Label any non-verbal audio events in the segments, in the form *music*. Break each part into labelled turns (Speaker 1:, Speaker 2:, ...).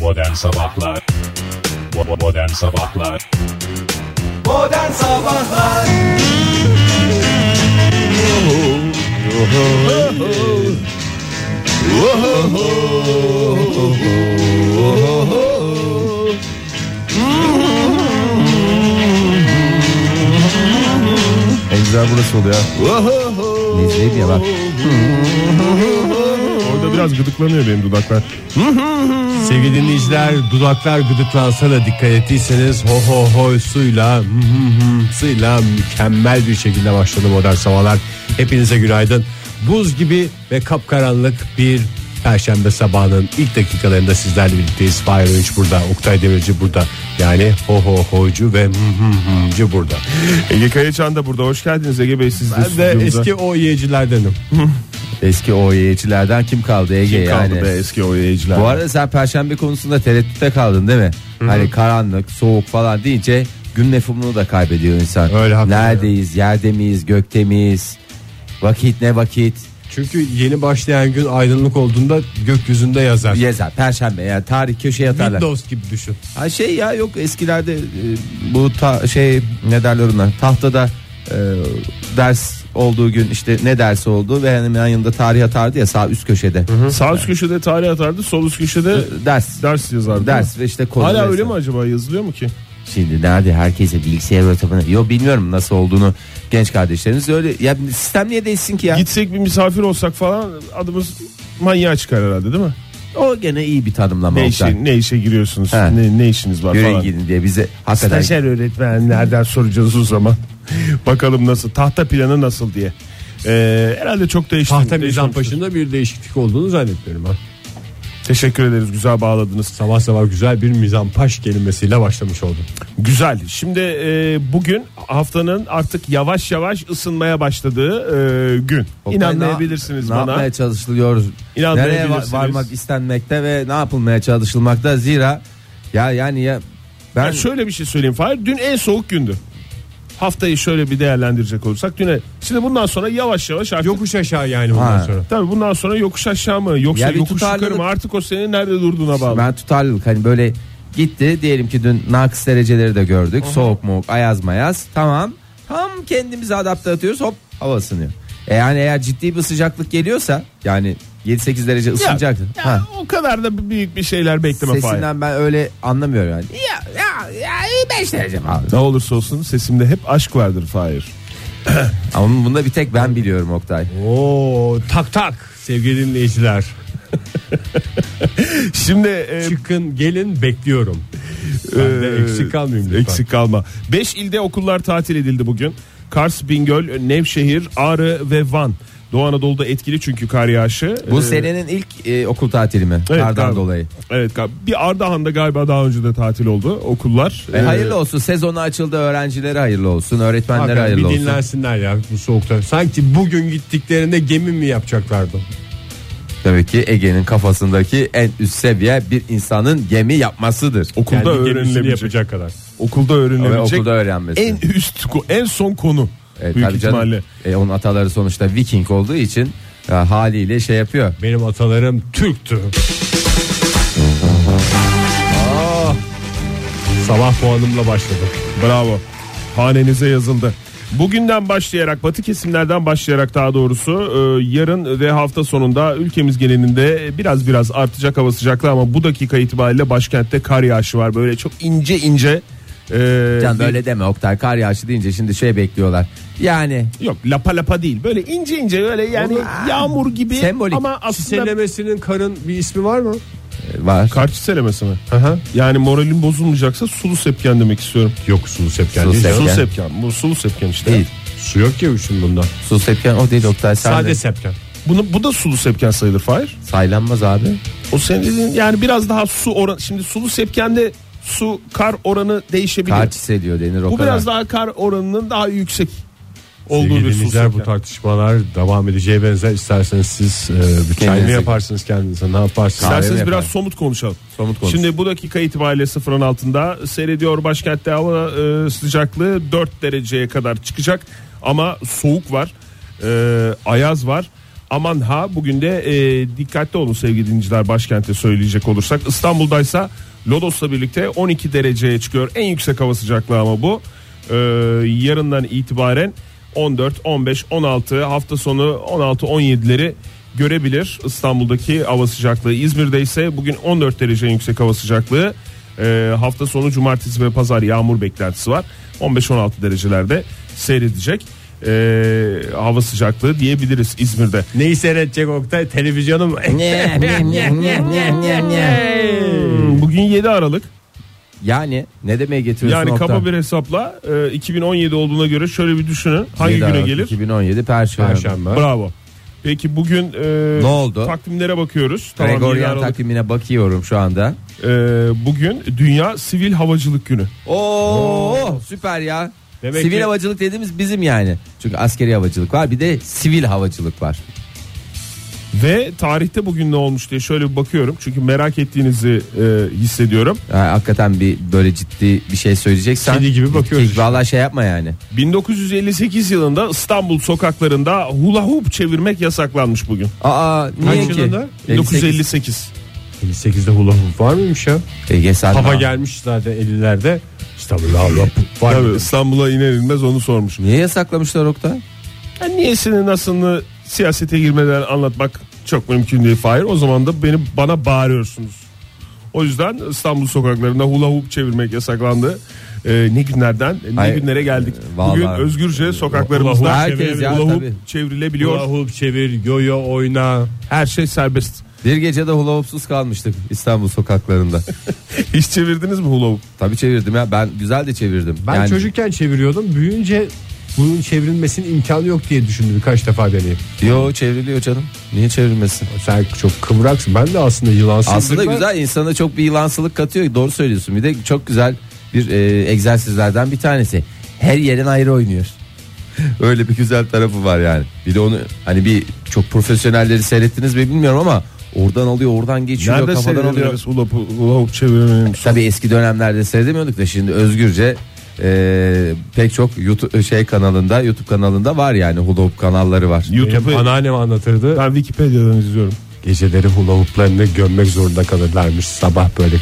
Speaker 1: Modern Sabahlar Bo- Modern Sabahlar
Speaker 2: Modern Sabahlar
Speaker 3: En güzel burası oluyor.
Speaker 4: Nezleydi ya bak.
Speaker 3: Orada biraz gıdıklanıyor benim dudaklar.
Speaker 4: Sevgili dinleyiciler dudaklar gıdıklansa da dikkat ettiyseniz ho ho ho suyla hı hı hı suyla mükemmel bir şekilde başladı modern sabahlar. Hepinize günaydın. Buz gibi ve kapkaranlık bir Perşembe sabahının ilk dakikalarında sizlerle birlikteyiz. Fahir Öğünç burada, Oktay Demirci burada. Yani ho ho hocu ve hı hı hıcı burada.
Speaker 3: Ege Kayaçan da burada. Hoş geldiniz Ege Bey siz de
Speaker 4: Ben de
Speaker 3: stüdyomuza.
Speaker 4: eski o yiyecilerdenim.
Speaker 5: Eski OYE'cilerden kim kaldı Ege
Speaker 3: Kim kaldı
Speaker 5: yani?
Speaker 3: be eski oyuncular.
Speaker 5: Bu arada sen perşembe konusunda tereddütte kaldın değil mi? Hani karanlık, soğuk falan deyince gün nefhumunu da kaybediyor insan.
Speaker 4: Öyle hakikaten.
Speaker 5: Neredeyiz, yerde miyiz, gökte miyiz? Vakit ne vakit?
Speaker 4: Çünkü yeni başlayan gün aydınlık olduğunda gökyüzünde yazar.
Speaker 5: Yazar, perşembe yani tarih köşeye atarlar.
Speaker 4: Windows gibi düşün.
Speaker 5: Ha şey ya yok eskilerde e, bu ta- şey ne derler ona tahtada e, ders olduğu gün işte ne dersi olduğu ve hemen yanında tarih atardı ya sağ üst köşede.
Speaker 3: Sağ üst köşede tarih atardı. Sol üst köşede
Speaker 5: Ders.
Speaker 3: ders yazardı.
Speaker 5: Ders ve işte konu.
Speaker 3: Hala öyle
Speaker 5: vesaire.
Speaker 3: mi acaba yazılıyor mu ki?
Speaker 5: Şimdi nerede herkese bilgisayar ortamını Yo bilmiyorum nasıl olduğunu genç kardeşlerimiz öyle ya sistem niye değişsin ki ya?
Speaker 3: Gitsek bir misafir olsak falan adımız manyağa çıkar herhalde değil mi?
Speaker 5: O gene iyi bir tanımlama
Speaker 3: Ne,
Speaker 5: oldu.
Speaker 3: işi, ne işe giriyorsunuz?
Speaker 5: He.
Speaker 3: Ne, ne işiniz var
Speaker 5: Yürüyün
Speaker 3: falan.
Speaker 5: gidin diye bize hakikaten
Speaker 3: Stajyer öğretmenlerden soracağız o zaman. *laughs* Bakalım nasıl tahta planı nasıl diye. Ee, herhalde çok değişti.
Speaker 4: Tahta Mizan
Speaker 3: değişmemiştir.
Speaker 4: Paşa'nda bir değişiklik olduğunu zannetmiyorum ben.
Speaker 3: Teşekkür ederiz güzel bağladınız.
Speaker 4: Sabah sabah güzel bir Mizan Paş kelimesiyle başlamış oldum.
Speaker 3: Güzel. Şimdi e, bugün haftanın artık yavaş yavaş ısınmaya başladığı e, gün.
Speaker 5: Oktay,
Speaker 3: İnanmayabilirsiniz
Speaker 5: ne, Ne
Speaker 3: bana.
Speaker 5: yapmaya çalışılıyor? Nereye va-
Speaker 3: İnanmayabilirsiniz.
Speaker 5: varmak istenmekte ve ne yapılmaya çalışılmakta? Zira ya yani ya ben
Speaker 3: Ben şöyle bir şey söyleyeyim Fahir. Dün en soğuk gündü. Haftayı şöyle bir değerlendirecek olursak düne. Şimdi bundan sonra yavaş yavaş artık
Speaker 4: Yokuş aşağı yani bundan
Speaker 5: Ha.
Speaker 4: sonra.
Speaker 3: Tabii bundan sonra yokuş aşağı mı yoksa
Speaker 5: Ya bir
Speaker 3: yokuş yukarı
Speaker 5: tutarlılık-
Speaker 3: mı artık o senin nerede durduğuna bağlı.
Speaker 5: ben tutarlılık hani böyle gitti diyelim ki dün nakıs dereceleri de gördük. Soğuk mu ayaz mayaz tamam tam kendimizi adapte atıyoruz hop hava ısınıyor. E yani eğer ciddi bir sıcaklık geliyorsa yani 7-8 derece
Speaker 3: Ya,
Speaker 5: ısınacaktı.
Speaker 3: ya
Speaker 5: Ha.
Speaker 3: o kadar da büyük bir şeyler bekleme Fahir.
Speaker 5: Sesinden ben öyle anlamıyorum yani. Ya ya ya 5 derece falan.
Speaker 3: Ne olursa olsun sesimde hep aşk vardır Fahir.
Speaker 5: Ama bunda bir tek ben biliyorum Oktay.
Speaker 4: Oo tak tak sevgili dinleyiciler.
Speaker 3: *laughs* Şimdi e,
Speaker 4: Çıkın gelin bekliyorum. Ben de
Speaker 3: Ee,
Speaker 4: eksik kalmayayım lütfen.
Speaker 3: Eksik kalma. 5 ilde okullar tatil edildi bugün. Kars, Bingöl, Nevşehir, Ağrı ve Van. Doğu Anadolu'da etkili çünkü kar yağışı.
Speaker 5: Bu
Speaker 3: Ee,
Speaker 5: senenin ilk e, okul tatili mi?
Speaker 3: evet,
Speaker 5: Kardan
Speaker 3: galiba.
Speaker 5: dolayı. E,
Speaker 3: Evet galiba. bir Ardahan'da galiba daha önce de tatil oldu okullar.
Speaker 5: E,
Speaker 3: Ee,
Speaker 5: hayırlı olsun. Sezonu açıldı. Öğrencilere hayırlı olsun.
Speaker 4: Hakikaten
Speaker 5: Öğretmenlere hayırlı
Speaker 4: bir
Speaker 5: olsun.
Speaker 4: dinlensinler ya bu soğukta. Sanki bugün gittiklerinde gemi mi yapacaklardı?
Speaker 5: Tabii ki Ege'nin kafasındaki en üst seviye bir insanın gemi yapmasıdır.
Speaker 3: Okulda
Speaker 4: Kendi gemisini
Speaker 3: öğrenilebilecek.
Speaker 4: yapacak kadar.
Speaker 3: Okulda
Speaker 5: Ve
Speaker 3: öğrenilebilecek.
Speaker 5: okulda öğrenmesi.
Speaker 3: en üst ko- en son konu.
Speaker 5: E,
Speaker 3: büyük
Speaker 5: tabii canım.
Speaker 3: ihtimalle.
Speaker 5: E, onun ataları sonuçta Viking olduğu için e, haliyle şey yapıyor.
Speaker 4: Benim atalarım Türktü. Ah! Sabah puanımla başladım.
Speaker 3: Bravo. Hanenize yazıldı. Bugünden başlayarak batı kesimlerden başlayarak daha doğrusu e, yarın ve hafta sonunda ülkemiz genelinde biraz biraz artacak hava sıcaklığı ama bu dakika itibariyle başkentte kar yağışı var. Böyle çok ince ince e,
Speaker 5: Can
Speaker 3: bir-
Speaker 5: böyle deme Oktay. Kar yağışı deyince şimdi şey bekliyorlar. Yani
Speaker 3: yok lapa lapa değil böyle ince ince böyle yani yağmur gibi
Speaker 5: Sembolik.
Speaker 3: ama aslında
Speaker 4: Çiselemesinin karın bir ismi var mı?
Speaker 5: e, var.
Speaker 3: kar çiselemesi mi? Yani moralim bozulmayacaksa sulu sepken demek istiyorum.
Speaker 4: Yok sulu sepken
Speaker 5: Sulu
Speaker 4: değil.
Speaker 5: sepken.
Speaker 3: Sulu sepken bu sulu sepken işte.
Speaker 5: Değil.
Speaker 4: Su yok ki üçün bunda.
Speaker 5: Su sepken o değil Oktay. Sen
Speaker 4: Sade
Speaker 5: de-
Speaker 4: sepken.
Speaker 3: Bunu, bu da sulu sepken sayılır Fahir.
Speaker 5: saylanmaz abi.
Speaker 3: O senin dediğin yani biraz daha su oran şimdi sulu sepkende su kar oranı değişebilir.
Speaker 5: Kar çiseliyor denir o
Speaker 3: bu
Speaker 5: kadar.
Speaker 3: biraz
Speaker 5: *laughs*
Speaker 3: daha kar oranının daha yüksek olduğu
Speaker 4: Sevgili
Speaker 3: bir su
Speaker 4: dinleyiciler bu
Speaker 3: sepken.
Speaker 4: tartışmalar devam edeceği benzer. İsterseniz siz e, bir çay mı
Speaker 5: Kendinize-
Speaker 4: yaparsınız kendinize ne yaparsınız?
Speaker 3: İsterseniz
Speaker 5: Kahve
Speaker 3: biraz
Speaker 5: yapar.
Speaker 3: somut konuşalım.
Speaker 5: Somut konuş.
Speaker 3: Şimdi bu dakika itibariyle sıfırın altında seyrediyor başkentte hava e, sıcaklığı 4 dereceye kadar çıkacak ama soğuk var, e, ayaz var Aman ha bugün de e, dikkatli olun sevgili dinleyiciler başkente söyleyecek olursak. İstanbul'daysa Lodos'la birlikte 12 dereceye çıkıyor. En yüksek hava sıcaklığı ama bu. Ee, yarından itibaren 14, 15, 16 hafta sonu 16-17'leri görebilir İstanbul'daki hava sıcaklığı. İzmir'de ise bugün 14 derece en yüksek hava sıcaklığı. Ee, hafta sonu cumartesi ve pazar yağmur beklentisi var. 15-16 derecelerde seyredecek ee, hava sıcaklığı diyebiliriz İzmir'de.
Speaker 4: Neyi seyredecek Oktay? Televizyonu mu?
Speaker 3: *laughs* Hmm, Bugün 7 Aralık.
Speaker 5: Yani ne demeye getiriyorsun
Speaker 3: Yani
Speaker 5: Oktay?
Speaker 3: kaba bir hesapla e, 2017 olduğuna göre şöyle bir düşünün. Hangi
Speaker 5: 7
Speaker 3: güne
Speaker 5: Aralık
Speaker 3: gelir?
Speaker 5: 2017 Perşembe.
Speaker 4: Perşembe.
Speaker 3: Bravo. Peki bugün e,
Speaker 5: Ne oldu?
Speaker 3: Takvimlere bakıyoruz. Tamam, yeni
Speaker 5: Gregorian
Speaker 3: Aralık.
Speaker 5: takvimine bakıyorum şu anda.
Speaker 3: E, bugün Dünya Sivil Havacılık Günü.
Speaker 5: Oo, süper ya.
Speaker 4: Demek
Speaker 5: sivil
Speaker 4: ki-
Speaker 5: havacılık dediğimiz bizim yani. Çünkü askeri havacılık var bir de sivil havacılık var.
Speaker 3: Ve tarihte bugün ne olmuş diye şöyle bir bakıyorum. Çünkü merak ettiğinizi e, hissediyorum.
Speaker 5: Yani hakikaten bir böyle ciddi bir şey söyleyeceksen.
Speaker 4: Kedi gibi bakıyoruz işte.
Speaker 5: Valla şey yapma yani.
Speaker 3: 1958 yılında İstanbul sokaklarında hula hoop çevirmek yasaklanmış bugün.
Speaker 5: Aa niye
Speaker 4: Kaç
Speaker 5: ki?
Speaker 4: yılında?
Speaker 5: 58.
Speaker 3: 1958.
Speaker 4: 58'de hula hoop var mıymış ya?
Speaker 5: Ege Selma.
Speaker 4: Hava gelmiş zaten 50'lerde. İstanbul'da hula hoop var.
Speaker 3: Tabii
Speaker 4: mıydı?
Speaker 3: İstanbul'a iner inmez onu sormuşum.
Speaker 5: Niye yasaklamışlar Oktay?
Speaker 3: Ya niyesini nasılını siyasete girmeden anlatmak çok mümkün değil Fahir. O zaman da beni bana bağırıyorsunuz. O yüzden İstanbul sokaklarında hula hoop çevirmek yasaklandı. Ee, ne günlerden ne
Speaker 5: Hayır,
Speaker 3: günlere geldik.
Speaker 5: e, vallahi-
Speaker 3: Bugün özgürce sokaklarımızda
Speaker 4: hula hoop
Speaker 3: herkes
Speaker 5: çevirebilir.
Speaker 3: hula hoop
Speaker 5: Tabii.
Speaker 3: çevrilebiliyor.
Speaker 4: Hula hoop çevir, yo-yo oyna.
Speaker 3: Her şey serbest.
Speaker 5: Bir gecede hula hoopsuz kalmıştık
Speaker 4: *laughs*
Speaker 5: İstanbul sokaklarında.
Speaker 3: *laughs* Hiç çevirdiniz mi hula hoop?
Speaker 5: Tabii çevirdim ya ben güzel de çevirdim.
Speaker 4: Ben
Speaker 5: Yani-
Speaker 4: çocukken çeviriyordum. Büyüyünce bunun çevrilmesinin imkanı yok diye düşündüm birkaç defa deneyim.
Speaker 5: Yo çevriliyor canım. Niye çevrilmesin?
Speaker 4: Sen çok kıvraksın. Ben de aslında yılansızdır.
Speaker 5: Aslında
Speaker 4: Ben-
Speaker 5: güzel insana çok bir yılansılık katıyor. Doğru söylüyorsun. Bir de çok güzel bir e, egzersizlerden bir tanesi. Her yerin ayrı oynuyor. *laughs* Öyle bir güzel tarafı var yani. Bir de onu hani bir çok profesyonelleri seyrettiniz mi bilmiyorum ama oradan alıyor, oradan geçiyor,
Speaker 3: Nerede
Speaker 5: kafadan alıyor.
Speaker 3: seyrediniz hula, hoop- hula hoop çevirmeyi?
Speaker 5: Tabii eski dönemlerde seyredemiyorduk da şimdi özgürce e, pek çok YouTube şey kanalında, YouTube kanalında var yani hula hoop kanalları var.
Speaker 4: Benim
Speaker 3: YouTube'u
Speaker 4: anneannem anlatırdı.
Speaker 3: ben Wikipedia'dan izliyorum.
Speaker 4: Geceleri hula hooplarını gömmek zorunda kalırlarmış sabah böyle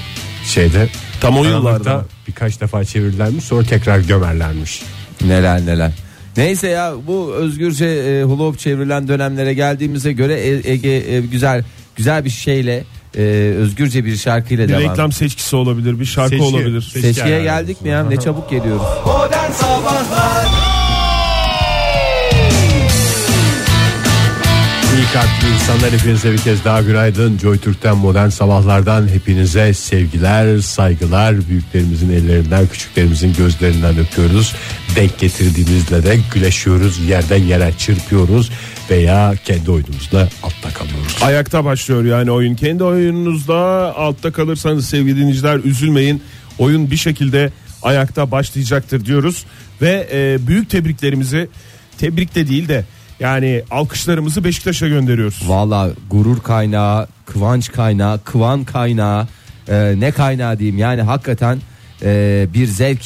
Speaker 4: şeyde.
Speaker 3: Tam o
Speaker 4: Karanlıkta
Speaker 3: yıllarda mı?
Speaker 4: Birkaç defa çevirirlermiş sonra tekrar gömerlermiş.
Speaker 5: Neler neler. Neyse ya bu özgürce e, hula hoop çevrilen dönemlere geldiğimize göre E- Ege e, güzel güzel bir şeyle e, özgürce bir şarkıyla
Speaker 3: Bir
Speaker 5: devam.
Speaker 3: reklam seçkisi olabilir, bir şarkı
Speaker 4: Seçki.
Speaker 3: olabilir.
Speaker 5: Seçkiye
Speaker 4: Seçki
Speaker 5: geldik mi ya ne çabuk geliyoruz.
Speaker 2: Modern Sabahlar
Speaker 4: İyi kalpli insanlar hepinize bir kez daha günaydın. Joy Türk'ten modern sabahlardan hepinize sevgiler, saygılar. Büyüklerimizin ellerinden, küçüklerimizin gözlerinden öpüyoruz. Denk getirdiğimizle de güleşiyoruz. Yerden yere çırpıyoruz veya kendi oyunumuzda altta kalıyoruz.
Speaker 3: Ayakta başlıyor yani oyun. Kendi oyununuzda altta kalırsanız sevgili dinleyiciler üzülmeyin. Oyun bir şekilde ayakta başlayacaktır diyoruz. Ve e, büyük tebriklerimizi tebrik de değil de yani alkışlarımızı Beşiktaş'a gönderiyoruz.
Speaker 5: Valla gurur kaynağı, kıvanç kaynağı, kıvan kaynağı e, ne kaynağı diyeyim yani hakikaten e, bir zevk,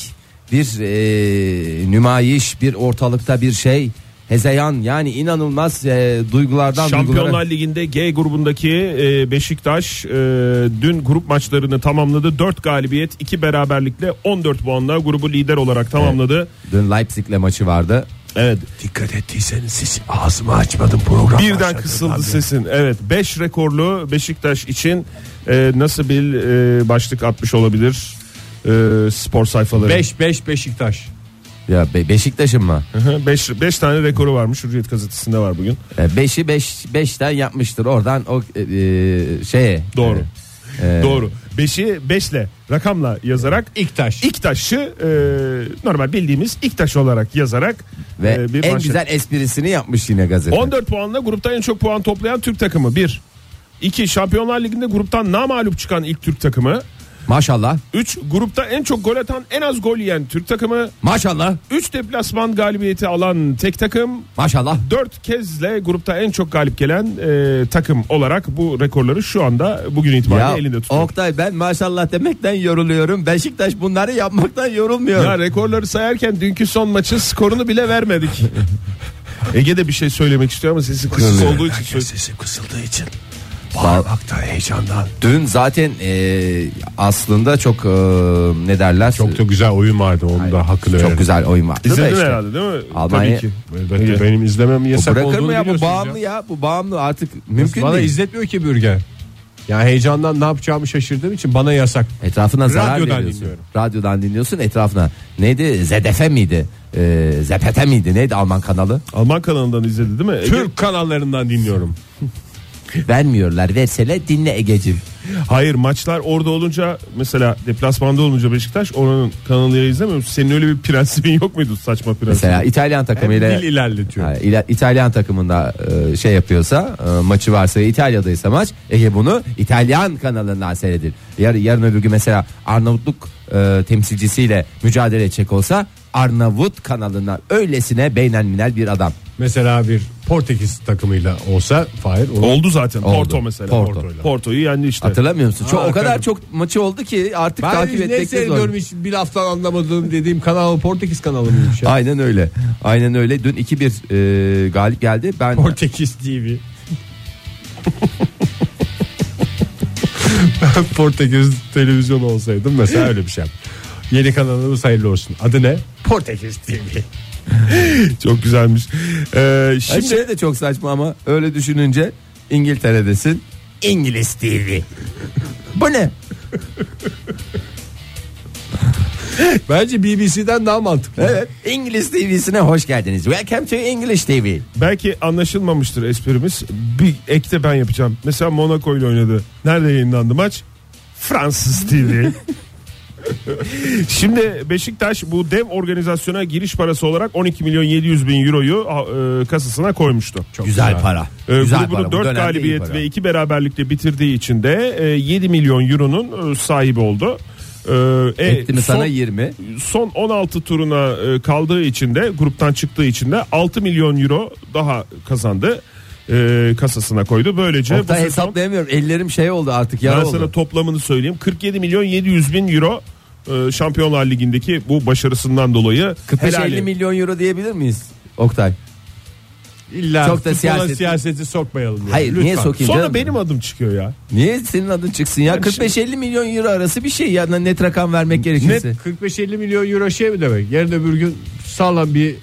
Speaker 5: bir e, nümayiş, bir ortalıkta bir şey. Hezeyan yani inanılmaz e, duygulardan
Speaker 3: Şampiyonlar
Speaker 5: duygulara-
Speaker 3: Ligi'nde G grubundaki e, Beşiktaş e, dün grup maçlarını tamamladı. 4 galibiyet, 2 beraberlikle 14 puanla grubu lider olarak tamamladı.
Speaker 5: Dün Leipzig'le maçı vardı.
Speaker 3: Evet.
Speaker 4: Dikkat ettiyseniz siz ağzımı açmadım program.
Speaker 3: Birden
Speaker 4: başladı
Speaker 3: kısıldı
Speaker 4: abi.
Speaker 3: sesin. Evet 5 rekorlu Beşiktaş için e, nasıl bir e, başlık atmış olabilir e, spor sayfaları.
Speaker 4: 5 5 Beşiktaş.
Speaker 5: Ya Be- Beşiktaş'ın mı?
Speaker 3: 5 5 tane rekoru varmış Hürriyet gazetesinde var bugün.
Speaker 5: E, Beşi beş, beşten yapmıştır oradan o e, e, şeye.
Speaker 3: Doğru.
Speaker 5: E, e,
Speaker 3: Doğru. 5'i 5'le rakamla yazarak
Speaker 4: İktaş.
Speaker 3: İktaş'ı e, normal bildiğimiz İktaş olarak yazarak
Speaker 5: Ve
Speaker 3: e, bir
Speaker 5: en
Speaker 3: manşet.
Speaker 5: güzel esprisini yapmış yine gazete.
Speaker 3: 14 puanla grupta en çok puan toplayan Türk takımı 1. 2 Şampiyonlar Ligi'nde gruptan namağlup çıkan ilk Türk takımı.
Speaker 5: Maşallah.
Speaker 3: 3 grupta en çok gol atan en az gol yiyen Türk takımı.
Speaker 5: Maşallah.
Speaker 3: 3 deplasman galibiyeti alan tek takım
Speaker 5: Maşallah.
Speaker 3: 4 kezle grupta en çok galip gelen e, takım olarak bu rekorları şu anda bugün itibariyle
Speaker 5: Ya
Speaker 3: elinde tutuyor.
Speaker 5: Oktay ben maşallah demekten yoruluyorum. Beşiktaş bunları yapmaktan yorulmuyor. *laughs*
Speaker 3: Ya rekorları sayarken dünkü son maçın skorunu bile vermedik. Ege de bir şey söylemek istiyor ama sesi kısık
Speaker 5: Kırılıyor.
Speaker 3: olduğu için söyle-
Speaker 4: sesi kısıldığı için bağırmaktan heyecandan.
Speaker 5: Dün zaten e, aslında çok e, ne derler?
Speaker 4: Çok da güzel oyun vardı onun da hakkını
Speaker 5: Çok
Speaker 4: verelim.
Speaker 5: güzel oyun vardı da
Speaker 3: İzledin
Speaker 5: işte.
Speaker 3: herhalde değil mi?
Speaker 5: Almanya-
Speaker 3: Tabii ki.
Speaker 4: Elbette benim izlemem yasak
Speaker 5: Bırakır
Speaker 4: olduğunu
Speaker 5: mı ya bu
Speaker 4: biliyorsunuz
Speaker 5: bağımlı ya. Bu bağımlı artık mümkün
Speaker 4: Bana
Speaker 5: değil.
Speaker 4: izletmiyor ki bürger. Ya heyecandan ne yapacağımı şaşırdığım için bana yasak.
Speaker 5: Etrafına zarar
Speaker 4: Radyodan
Speaker 5: veriyorsun.
Speaker 4: dinliyorum.
Speaker 5: Radyodan dinliyorsun etrafına. Neydi? ZDF miydi? Ee, ZPT miydi? Neydi Alman kanalı?
Speaker 3: Alman kanalından izledi değil mi? Ege-
Speaker 4: Türk kanallarından dinliyorum.
Speaker 5: Vermiyorlar. Versele dinle Egeciğim.
Speaker 3: Hayır maçlar orada olunca mesela deplasmanda olunca Beşiktaş oranın kanalıyla izlemiyor musun? Senin öyle bir prensibin yok muydu saçma prensibin?
Speaker 5: Mesela İtalyan takımıyla
Speaker 4: Dil ilerletiyor.
Speaker 5: Ha, İla- İtalyan takımında e, şey yapıyorsa e, maçı varsa ve İtalya'daysa maç Ege bunu İtalyan kanalından seyredir. Yar, yarın öbür gün mesela Arnavutluk e, temsilcisiyle mücadele edecek olsa Arnavut kanalından öylesine beynelminel bir adam.
Speaker 4: Mesela bir Portekiz takımıyla olsa Fahir onu
Speaker 3: Oldu zaten
Speaker 5: Oldu.
Speaker 3: Porto mesela.
Speaker 5: Porto.
Speaker 3: Porto'yla. Porto'yu yendi işte.
Speaker 5: Hatırlamıyor musun? Çok,
Speaker 4: Ha,
Speaker 5: o kadar
Speaker 4: hatırladım.
Speaker 5: çok maçı oldu ki artık
Speaker 4: Ben
Speaker 5: takip
Speaker 4: hiç ne
Speaker 5: etmek de zor.
Speaker 4: seyrediyorum hiç bir laftan anlamadığım dediğim kanal Portekiz kanalı mıymış ya?
Speaker 5: Aynen öyle. Aynen öyle. Dün 2-1 e, galip geldi. Ben
Speaker 4: Portekiz TV. ben *laughs* Portekiz televizyonu olsaydım mesela öyle bir şey. Yeni kanalımız hayırlı olsun. Adı ne? Portekiz TV.
Speaker 3: *laughs* Çok güzelmiş. Ee,
Speaker 5: Ay,
Speaker 3: şimdi
Speaker 5: şey de çok saçma ama öyle düşününce İngiltere'desin. İngiliz TV. Bu ne?
Speaker 4: Bence BBC'den daha mantıklı.
Speaker 5: Evet. İngiliz TV'sine hoş geldiniz. Welcome to English TV.
Speaker 3: belki anlaşılmamıştır esprimiz. Bir ekte ben yapacağım. Mesela Monaco ile oynadı. Nerede yayınlandı maç? Fransız TV. *laughs* Şimdi Beşiktaş bu dev organizasyona giriş parası olarak 12 milyon 700 bin euroyu a- e, kasasına koymuştu.
Speaker 5: güzel, para.
Speaker 3: Ee,
Speaker 5: güzel
Speaker 3: grubunu
Speaker 5: Bu
Speaker 3: 4
Speaker 5: dönemde iyi
Speaker 3: galibiyet
Speaker 5: para.
Speaker 3: ve 2 beraberlikle bitirdiği için de e, 7 milyon euronun e, sahibi oldu. Ee, e,
Speaker 5: Etti mi
Speaker 3: son,
Speaker 5: sana 20?
Speaker 3: son 16 turuna e, kaldığı için de gruptan çıktığı için de 6 milyon euro daha kazandı. E, kasasına koydu. Böylece
Speaker 5: Oktay
Speaker 3: bu sezon
Speaker 5: hesaplayamıyorum. Ellerim şey oldu artık
Speaker 3: ben
Speaker 5: yara
Speaker 3: sana
Speaker 5: oldu.
Speaker 3: toplamını söyleyeyim. 47 milyon 700 bin euro e, Şampiyonlar Ligi'ndeki bu başarısından dolayı
Speaker 5: 45-50
Speaker 3: helali.
Speaker 5: milyon euro diyebilir miyiz Oktay?
Speaker 4: İlla
Speaker 5: Çok
Speaker 4: futbola
Speaker 5: da siyaset-
Speaker 4: siyaseti sokmayalım. yani.
Speaker 5: Hayır, niye
Speaker 4: Lütfen.
Speaker 5: sokayım?
Speaker 3: Sonra
Speaker 5: canım?
Speaker 3: benim adım çıkıyor ya.
Speaker 5: Niye senin adın çıksın ya?
Speaker 4: şey-
Speaker 5: 45-50 milyon euro arası bir şey ya net rakam vermek gerekirse.
Speaker 4: 45-50 milyon euro şey mi demek? Yarın öbür gün sağlam bir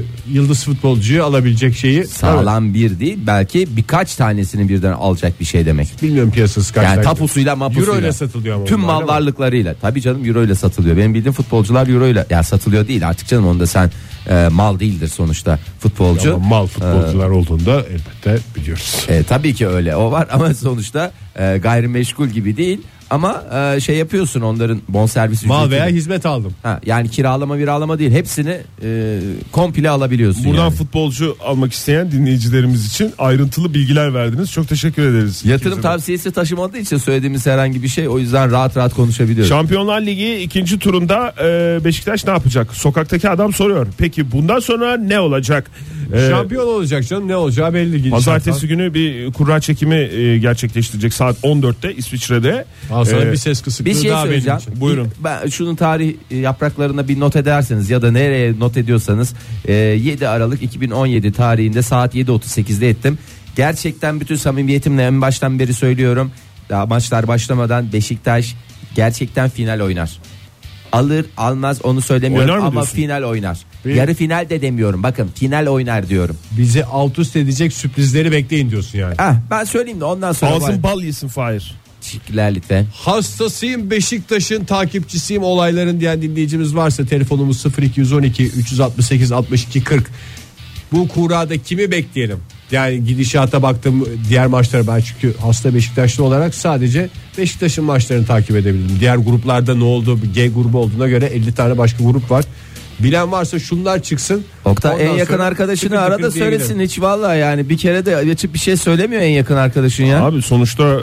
Speaker 4: e, yıldız futbolcuyu alabilecek şeyi.
Speaker 5: Sağlam bir değil belki birkaç tanesini birden alacak bir şey demek.
Speaker 4: Evet, bilmiyorum piyasası kaç.
Speaker 5: Yani
Speaker 4: tane.
Speaker 5: tapusuyla mapusuyla.
Speaker 4: Euro ile satılıyor ama
Speaker 5: Tüm
Speaker 4: bunlar,
Speaker 5: mal
Speaker 4: değil mi?
Speaker 5: varlıklarıyla. Tabii canım euro ile satılıyor. Benim bildiğim futbolcular euro ile. Ya satılıyor değil artık canım onda sen e, mal değildir sonuçta futbolcu.
Speaker 4: Ama mal futbolcular olduğunda elbette biliyoruz.
Speaker 5: E, tabii ki öyle o var *laughs* ama sonuçta e, gayrimeşgul gibi değil. Ama e, şey yapıyorsun onların bonservis
Speaker 4: Mal
Speaker 5: ücretini.
Speaker 4: veya hizmet aldım.
Speaker 5: Ha, yani kiralama viralama değil hepsini e, komple alabiliyorsun.
Speaker 3: Buradan
Speaker 5: yani.
Speaker 3: futbolcu almak isteyen dinleyicilerimiz için ayrıntılı bilgiler verdiniz. Çok teşekkür ederiz.
Speaker 5: Yatırım
Speaker 3: İkinize de.
Speaker 5: tavsiyesi taşımadığı için söylediğimiz herhangi bir şey o yüzden rahat rahat konuşabiliyoruz.
Speaker 3: Şampiyonlar Ligi ikinci turunda e, Beşiktaş ne yapacak? Sokaktaki adam soruyor. Peki bundan sonra ne olacak? E,
Speaker 4: Şampiyon olacak canım ne olacağı belli.
Speaker 3: Pazartesi günü bir kura çekimi e, gerçekleştirecek saat 14'te İsviçre'de.
Speaker 4: Al sana
Speaker 3: E,
Speaker 4: bir ses kısıklığı
Speaker 5: Bir şey
Speaker 4: daha benim
Speaker 5: söyleyeceğim.
Speaker 4: için.
Speaker 3: Buyurun.
Speaker 5: Ben şunun tarih e, yapraklarına bir not ederseniz ya da nereye not ediyorsanız e, 7 Aralık 2017 tarihinde saat 7.38'de ettim. Gerçekten bütün samimiyetimle en baştan beri söylüyorum. Daha maçlar başlamadan Beşiktaş gerçekten final oynar. Alır almaz onu
Speaker 3: Oynar
Speaker 5: söylemiyorum
Speaker 3: mı
Speaker 5: ama
Speaker 3: diyorsun?
Speaker 5: final oynar. Yarı final de demiyorum. Bakın final oynar diyorum.
Speaker 4: Bizi alt üst edecek sürprizleri bekleyin diyorsun yani.
Speaker 5: Ah ben söyleyeyim de ondan sonra
Speaker 3: Ağzın bal yesin Fahir.
Speaker 5: Teşekkürler lütfen.
Speaker 4: Hastasıyım Beşiktaş'ın takipçisiyim olayların diyen dinleyicimiz varsa telefonumuz 0212 368 62 40. Bu kurada kimi bekleyelim? Yani gidişata baktım diğer maçlara ben çünkü hasta Beşiktaşlı olarak sadece Beşiktaş'ın maçlarını takip edebildim. Diğer gruplarda ne oldu? G grubu olduğuna göre 50 tane başka grup var. Bilen varsa şunlar çıksın.
Speaker 5: Oktay en
Speaker 4: Ondan
Speaker 5: yakın
Speaker 4: sonra
Speaker 5: arkadaşını
Speaker 4: tıkır
Speaker 5: arada
Speaker 4: tıkır diye
Speaker 5: söylesin
Speaker 4: gidelim.
Speaker 5: hiç vallahi yani bir kere de açıp bir şey söylemiyor en yakın arkadaşın ya.
Speaker 3: Abi sonuçta e,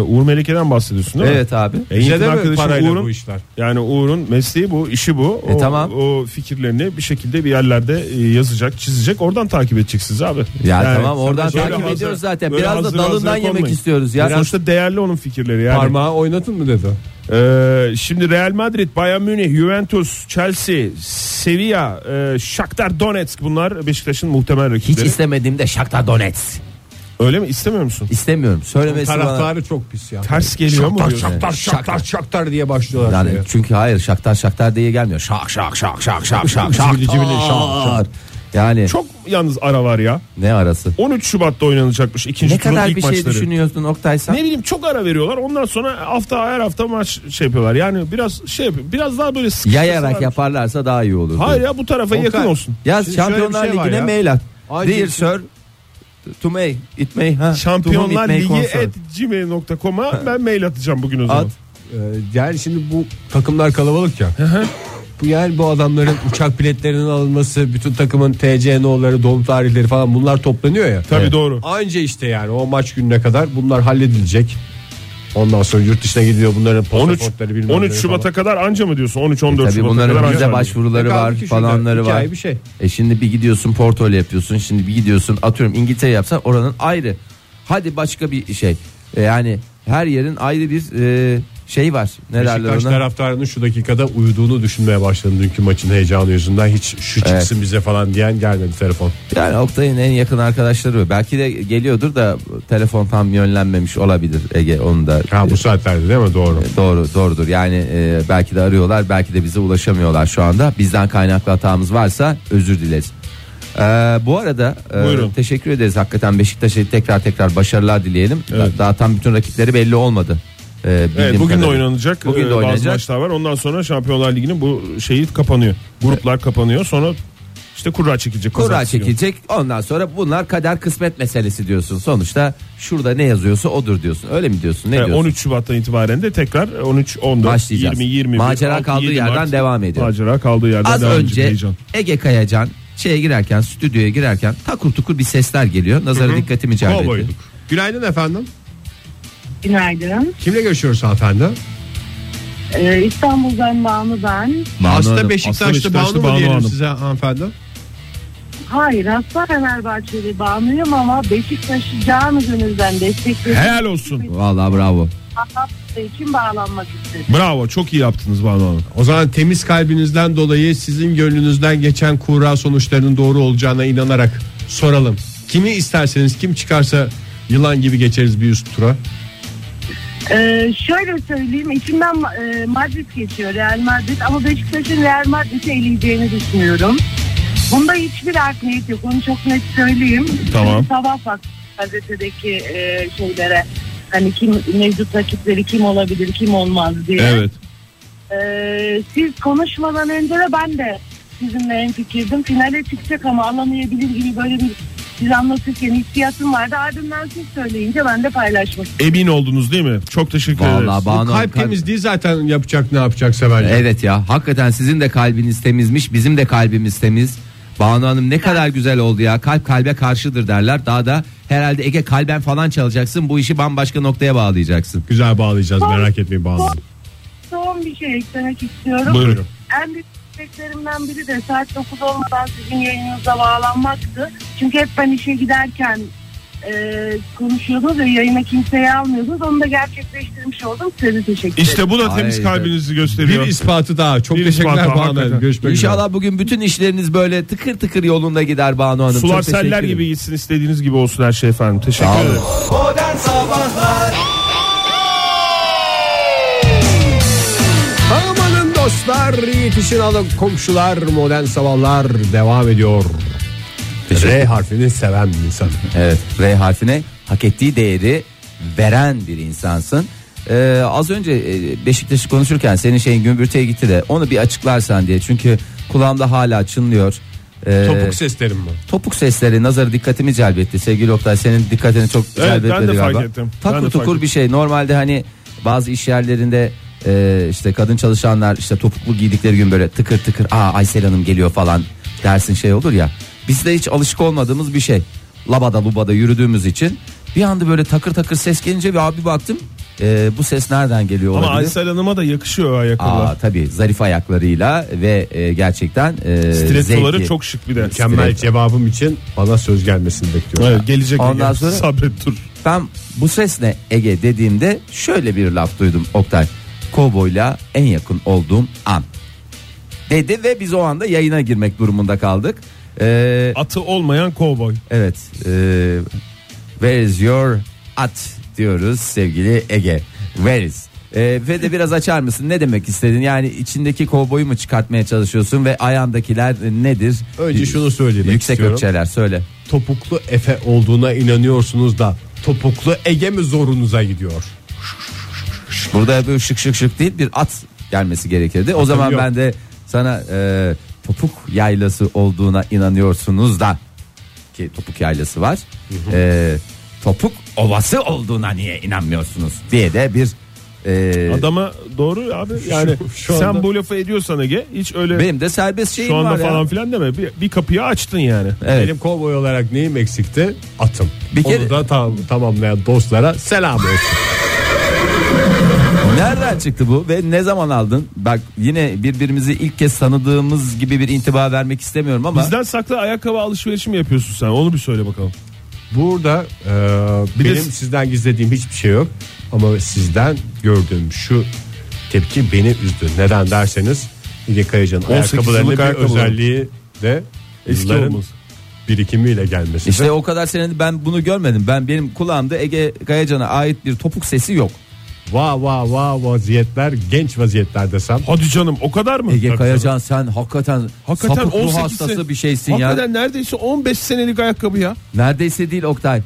Speaker 3: Uğur Melike'den bahsediyorsun değil mi?
Speaker 5: evet abi.
Speaker 3: En
Speaker 4: Bize
Speaker 3: yakın
Speaker 4: de mi
Speaker 3: arkadaşım
Speaker 4: parayla
Speaker 3: Uğur'un-
Speaker 4: bu işler?
Speaker 3: Yani Uğur'un mesleği bu, işi bu.
Speaker 5: E,
Speaker 3: o,
Speaker 5: tamam.
Speaker 3: o fikirlerini bir şekilde bir yerlerde e, yazacak, çizecek. Oradan takip edeceksiniz abi.
Speaker 5: Ya tamam, oradan
Speaker 3: böyle
Speaker 5: takip
Speaker 3: hazır-
Speaker 5: ediyoruz zaten.
Speaker 3: böyle
Speaker 5: Biraz da
Speaker 3: hazır
Speaker 5: dalından
Speaker 3: hazır
Speaker 5: yemek
Speaker 3: konmayın.
Speaker 5: istiyoruz ya.
Speaker 3: Sonuçta değerli onun fikirleri yani.
Speaker 4: Parmağı oynatın mı dedi.
Speaker 3: Ee, şimdi Real Madrid, Bayern Münih, Juventus, Chelsea, Sevilla, e, Shakhtar Donetsk bunlar Beşiktaş'ın muhtemel
Speaker 5: Hiç
Speaker 3: rakipleri.
Speaker 5: istemediğimde Shakhtar Donetsk.
Speaker 3: Öyle mi? İstemiyor musun?
Speaker 5: İstemiyorum. Söylemesi bana.
Speaker 4: Taraftarı çok pis ya.
Speaker 3: Ters geliyor mu?
Speaker 4: Şaktar
Speaker 3: diyorsun?
Speaker 4: şaktar şaktar şaktar diye başlıyorlar.
Speaker 5: Yani
Speaker 4: şeye.
Speaker 5: çünkü hayır Shakhtar Shakhtar diye gelmiyor. Şak şak şak şak şak şak
Speaker 4: Cibili cibili, şak,
Speaker 5: şak. Yani
Speaker 3: Çok yalnız ara var ya.
Speaker 5: ne arası?
Speaker 3: 13 Şubat'ta oynanacakmış ikinci
Speaker 5: Ne
Speaker 3: turun
Speaker 5: kadar
Speaker 3: ilk
Speaker 5: bir şey
Speaker 3: maçları.
Speaker 5: düşünüyorsun Oktay sen?
Speaker 3: Ne bileyim çok ara veriyorlar. Ondan sonra hafta her hafta maç şey yapıyorlar. Yani biraz şey yapıyor. Biraz daha böyle sıkıştırsınlar.
Speaker 5: Yayarak yaparlarsa daha iyi olur.
Speaker 3: Hayır ya bu tarafa
Speaker 4: Oktay.
Speaker 3: yakın olsun.
Speaker 5: Ya
Speaker 4: Şimdi
Speaker 5: Şampiyonlar
Speaker 4: şöyle bir şey var
Speaker 5: Ligi'ne
Speaker 4: ya.
Speaker 5: mail at.
Speaker 4: Ay,
Speaker 5: Dear
Speaker 4: geçin.
Speaker 5: sir to may it may ha. to whom it
Speaker 3: Şampiyonlar
Speaker 5: may
Speaker 3: Ligi
Speaker 5: concern.
Speaker 3: at gmail.com'a ben mail atacağım bugün o zaman.
Speaker 5: At.
Speaker 4: Ee, yani şimdi bu takımlar kalabalık ya. bu yani bu adamların uçak biletlerinin alınması, bütün takımın TC no'ları, doğum tarihleri falan bunlar toplanıyor ya.
Speaker 3: Tabii doğru.
Speaker 4: Anca işte yani o maç gününe kadar bunlar halledilecek. Ondan sonra yurt dışına gidiyor bunların
Speaker 3: 13
Speaker 4: pasaportları bilmem
Speaker 3: 13
Speaker 4: neleri
Speaker 3: Şubat'a
Speaker 4: falan.
Speaker 3: kadar anca mı diyorsun? 13 14
Speaker 5: E Tabii
Speaker 3: Şubat'a
Speaker 5: bunların
Speaker 3: kadar
Speaker 5: vize
Speaker 3: anca mı?
Speaker 5: başvuruları
Speaker 4: E
Speaker 5: var,
Speaker 4: kaldı ki şurada
Speaker 5: falanları
Speaker 4: hikaye
Speaker 5: var.
Speaker 4: bir şey.
Speaker 5: E şimdi bir gidiyorsun Porto'yla yapıyorsun. Şimdi bir gidiyorsun atıyorum İngiltere yapsan oranın ayrı. Hadi başka bir şey. E yani her yerin ayrı bir e, şey var. Ne derler
Speaker 4: Beşiktaş
Speaker 5: ona?
Speaker 4: taraftarının şu dakikada uyuduğunu düşünmeye başladım dünkü maçın heyecanı yüzünden. Hiç şu çıksın
Speaker 5: Evet.
Speaker 4: bize falan diyen gelmedi telefon.
Speaker 5: Yani Oktay'ın en yakın arkadaşları o. Belki de geliyordur da telefon tam yönlenmemiş olabilir Ege onu da.
Speaker 4: Ha bu saatlerde değil mi? Doğru.
Speaker 5: Doğru doğrudur yani e, belki de arıyorlar belki de bize ulaşamıyorlar şu anda bizden kaynaklı hatamız varsa özür dileriz. Ee, bu arada e,
Speaker 3: Buyurun.
Speaker 5: teşekkür ederiz hakikaten Beşiktaş'a tekrar tekrar başarılar dileyelim. Da- Daha tam bütün rakipleri belli olmadı. Ee,
Speaker 3: Evet,
Speaker 5: bildiğim
Speaker 3: bugün de
Speaker 5: kadarıyla.
Speaker 3: oynanacak.
Speaker 5: Bugün de
Speaker 3: Ee, Bazı
Speaker 5: oynanacak.
Speaker 3: maçlar var. Ondan sonra Şampiyonlar Ligi'nin bu şeyi kapanıyor. Gruplar kapanıyor. Sonra işte kura çekilecek.
Speaker 5: Kura
Speaker 3: pazartesi günü.
Speaker 5: çekilecek ondan sonra bunlar kader kısmet meselesi diyorsun sonuçta şurada ne yazıyorsa odur diyorsun öyle mi diyorsun ne
Speaker 3: Yani
Speaker 5: diyorsun?
Speaker 3: 13 Şubat'tan itibaren de tekrar e, 13, 14,
Speaker 5: Başlayacağız.
Speaker 3: 20, 21,
Speaker 5: Macera kaldığı
Speaker 3: 7
Speaker 5: yerden
Speaker 3: Mart.
Speaker 5: devam ediyor.
Speaker 3: Macera kaldığı yerden
Speaker 5: Az
Speaker 3: devam
Speaker 5: önce
Speaker 3: edecek.
Speaker 5: Ege Kayacan şeye girerken stüdyoya girerken takur tukur bir sesler geliyor. Nazara dikkatimi celp etti.
Speaker 3: Kovboyduk.
Speaker 4: Günaydın efendim.
Speaker 6: Günaydın.
Speaker 4: Kimle görüşüyoruz hanımefendi?
Speaker 6: Ee, İstanbul'dan Banu ben.
Speaker 5: Banu Hanım.
Speaker 4: Hasta
Speaker 3: Aslı
Speaker 4: Beşiktaşlı
Speaker 3: Beşiktaşlı
Speaker 4: Banu
Speaker 3: Banu
Speaker 4: mu diyelim
Speaker 3: Hanım.
Speaker 4: size hanımefendi?
Speaker 6: Hayır asla Fenerbahçeli Banu'yum ama Beşiktaş'ı canı gönülden destekliyorum.
Speaker 3: Helal olsun.
Speaker 5: Vallahi bravo.
Speaker 6: Anlattığı için bağlanmak istedim.
Speaker 3: Bravo çok iyi yaptınız Banu Hanım.
Speaker 4: O zaman temiz kalbinizden dolayı sizin gönlünüzden geçen kura sonuçlarının doğru olacağına inanarak soralım. Kimi isterseniz kim çıkarsa yılan gibi geçeriz bir üst tura.
Speaker 6: Ee, şöyle söyleyeyim içimden e, Madrid geçiyor Real Madrid ama Beşiktaş'ın Real Madrid'i eleyeceğini düşünüyorum. Bunda hiçbir art niyet yok onu çok net söyleyeyim.
Speaker 3: Tamam.
Speaker 6: Dün Sabah bak gazetedeki e, şeylere hani kim mevcut rakipleri kim olabilir kim olmaz diye.
Speaker 3: Evet.
Speaker 6: Ee, siz konuşmadan önce de ben de sizinle en fikirdim. Finale çıkacak ama alamayabilir gibi böyle bir siz anlatırken hissiyatım vardı. Ardından siz söyleyince ben de paylaşmak istedim.
Speaker 3: Emin oldunuz değil mi? Çok teşekkür ederiz.
Speaker 5: Vallahi Banu
Speaker 4: Bu
Speaker 5: Hanım,
Speaker 4: kalp
Speaker 5: kalp-
Speaker 4: temizliği zaten yapacak ne yapacaksa bence.
Speaker 5: Evet ya hakikaten sizin de kalbiniz temizmiş bizim de kalbimiz temiz. Banu Hanım ne kadar güzel oldu ya kalp kalbe karşıdır derler. Daha da herhalde Ege kalben falan çalacaksın bu işi bambaşka noktaya bağlayacaksın.
Speaker 4: Güzel bağlayacağız merak etmeyin bağlayın.
Speaker 6: Son bir şey eklemek istiyorum.
Speaker 3: Buyurun.
Speaker 6: En büyük isteklerimden biri de saat 9 olmadan sizin yayınınıza bağlanmaktı. Çünkü hep ben işe giderken e, konuşuyordunuz ve yayına kimseyi almıyordunuz. Onu da gerçekleştirmiş oldum. Size teşekkür ederim.
Speaker 3: İşte bu da temiz
Speaker 5: Haydi.
Speaker 3: kalbinizi
Speaker 4: Bir
Speaker 3: gösteriyor.
Speaker 4: ispatı daha. Çok
Speaker 3: Bir
Speaker 4: teşekkürler
Speaker 3: ispatı,
Speaker 4: Banu
Speaker 3: hakikaten.
Speaker 4: Hanım. Görüşmek üzere.
Speaker 5: İnşallah bugün bütün işleriniz böyle tıkır tıkır yolunda gider Banu Hanım.
Speaker 3: Sular
Speaker 5: Çok teşekkür
Speaker 3: seller
Speaker 5: ederim.
Speaker 3: gibi gitsin istediğiniz gibi olsun her şey efendim. Teşekkür ederim.
Speaker 2: Modern Sabahlar
Speaker 4: Amanın dostlar yetişin alın komşular modern sabahlar devam ediyor. R harfini seven bir insan.
Speaker 5: Evet R harfine hak ettiği değeri veren bir insansın. Ee, az önce e, Beşiktaş'ı konuşurken senin şeyin gümbürtüye gitti de onu bir açıklarsan diye. Çünkü kulağımda hala çınlıyor. Ee,
Speaker 4: Topuk seslerim mi?
Speaker 5: topuk sesleri nazarı dikkatimi celbetti. Sevgili Oktay senin dikkatini çok
Speaker 3: Evet,
Speaker 5: celbetti
Speaker 3: ben de
Speaker 5: galiba.
Speaker 3: fark ettim. Ben de
Speaker 5: Takır
Speaker 3: fark
Speaker 5: tukur bir
Speaker 3: ettim.
Speaker 5: şey. Normalde hani bazı iş yerlerinde e, işte kadın çalışanlar işte topuklu giydikleri gün böyle tıkır tıkır aa Aysel Hanım geliyor falan dersin şey olur ya. Bizde hiç alışık olmadığımız bir şey. Labada lubada yürüdüğümüz için bir anda böyle takır takır ses gelince bir abi baktım e, bu ses nereden geliyor
Speaker 3: Ama
Speaker 5: olabilir?
Speaker 3: Aysel Hanım'a da yakışıyor o ayakkabılar.
Speaker 5: Aa, tabii zarif ayaklarıyla ve e, gerçekten e,
Speaker 3: Stilettoları
Speaker 5: zevkli.
Speaker 3: çok şık bir de.
Speaker 4: Mükemmel cevabım için bana söz gelmesini bekliyorum.
Speaker 3: Evet, gelecek
Speaker 5: Ondan
Speaker 3: Ege.
Speaker 5: sonra-
Speaker 3: sabret dur.
Speaker 5: Ben bu ses ne Ege dediğimde şöyle bir laf duydum Oktay. kovboyla en yakın olduğum an dedi ve biz o anda yayına girmek durumunda kaldık. Ee,
Speaker 3: Atı olmayan kovboy.
Speaker 5: evet e, where is your at diyoruz sevgili Ege where is Ee, ve de biraz açar mısın ne demek istedin yani içindeki kovboyu mu çıkartmaya çalışıyorsun ve ayağındakiler nedir?
Speaker 4: Önce şunu söylemek
Speaker 5: Yüksek
Speaker 4: istiyorum.
Speaker 5: ökçeler söyle.
Speaker 4: Topuklu Efe olduğuna inanıyorsunuz da topuklu Ege mi zorunuza gidiyor?
Speaker 5: Burada böyle şık şık şık değil bir at gelmesi gerekirdi. O zaman ben de sana e, topuk yaylası olduğuna inanıyorsunuz da ki topuk yaylası var. E, topuk ovası olduğuna niye inanmıyorsunuz diye de bir e,
Speaker 3: Adama doğru abi yani
Speaker 4: Şu- şu anda-
Speaker 3: sen bu lafı ediyorsan Ege hiç öyle
Speaker 5: benim de serbest şeyim
Speaker 3: şu anda
Speaker 5: var ya.
Speaker 3: falan filan deme. Bir, bir kapıyı açtın yani.
Speaker 5: Evet.
Speaker 4: Benim kovboy olarak neyim eksikti? Atım.
Speaker 5: Bir kere-
Speaker 4: Onu da tam, tamamlayan dostlara selam
Speaker 5: *laughs*
Speaker 4: olsun.
Speaker 5: Nereden çıktı bu ve ne zaman aldın? Bak yine birbirimizi ilk kez tanıdığımız gibi bir intiba vermek istemiyorum ama
Speaker 3: Bizden saklı ayakkabı alışverişi mi yapıyorsun sen? Onu bir söyle bakalım.
Speaker 4: Burada e,
Speaker 3: Bir de-
Speaker 4: benim sizden gizlediğim hiçbir şey yok. Ama sizden gördüğüm şu tepki beni üzdü. Neden derseniz İlge Kayacan'ın
Speaker 3: 18
Speaker 4: ayakkabılarının
Speaker 3: yıllık
Speaker 4: bir
Speaker 3: ayakkabılar.
Speaker 4: özelliği de
Speaker 3: Eski
Speaker 4: yılların
Speaker 3: olması.
Speaker 4: birikimiyle gelmesi.
Speaker 5: İşte o kadar senedir ben bunu görmedim. Ben benim kulağımda Ege Kayacan'a ait bir topuk sesi yok.
Speaker 4: Va va va vaziyetler genç vaziyetler desem.
Speaker 3: Hadi canım o kadar mı?
Speaker 5: Ege
Speaker 3: Tabii
Speaker 5: Kayacan sen hakikaten,
Speaker 3: Hakikaten
Speaker 5: sapık ruh
Speaker 3: 18'si
Speaker 5: hastası bir şeysin
Speaker 3: canım.
Speaker 5: ya.
Speaker 3: Hakikaten neredeyse 15 senelik ayakkabı ya.
Speaker 5: Neredeyse değil Oktay.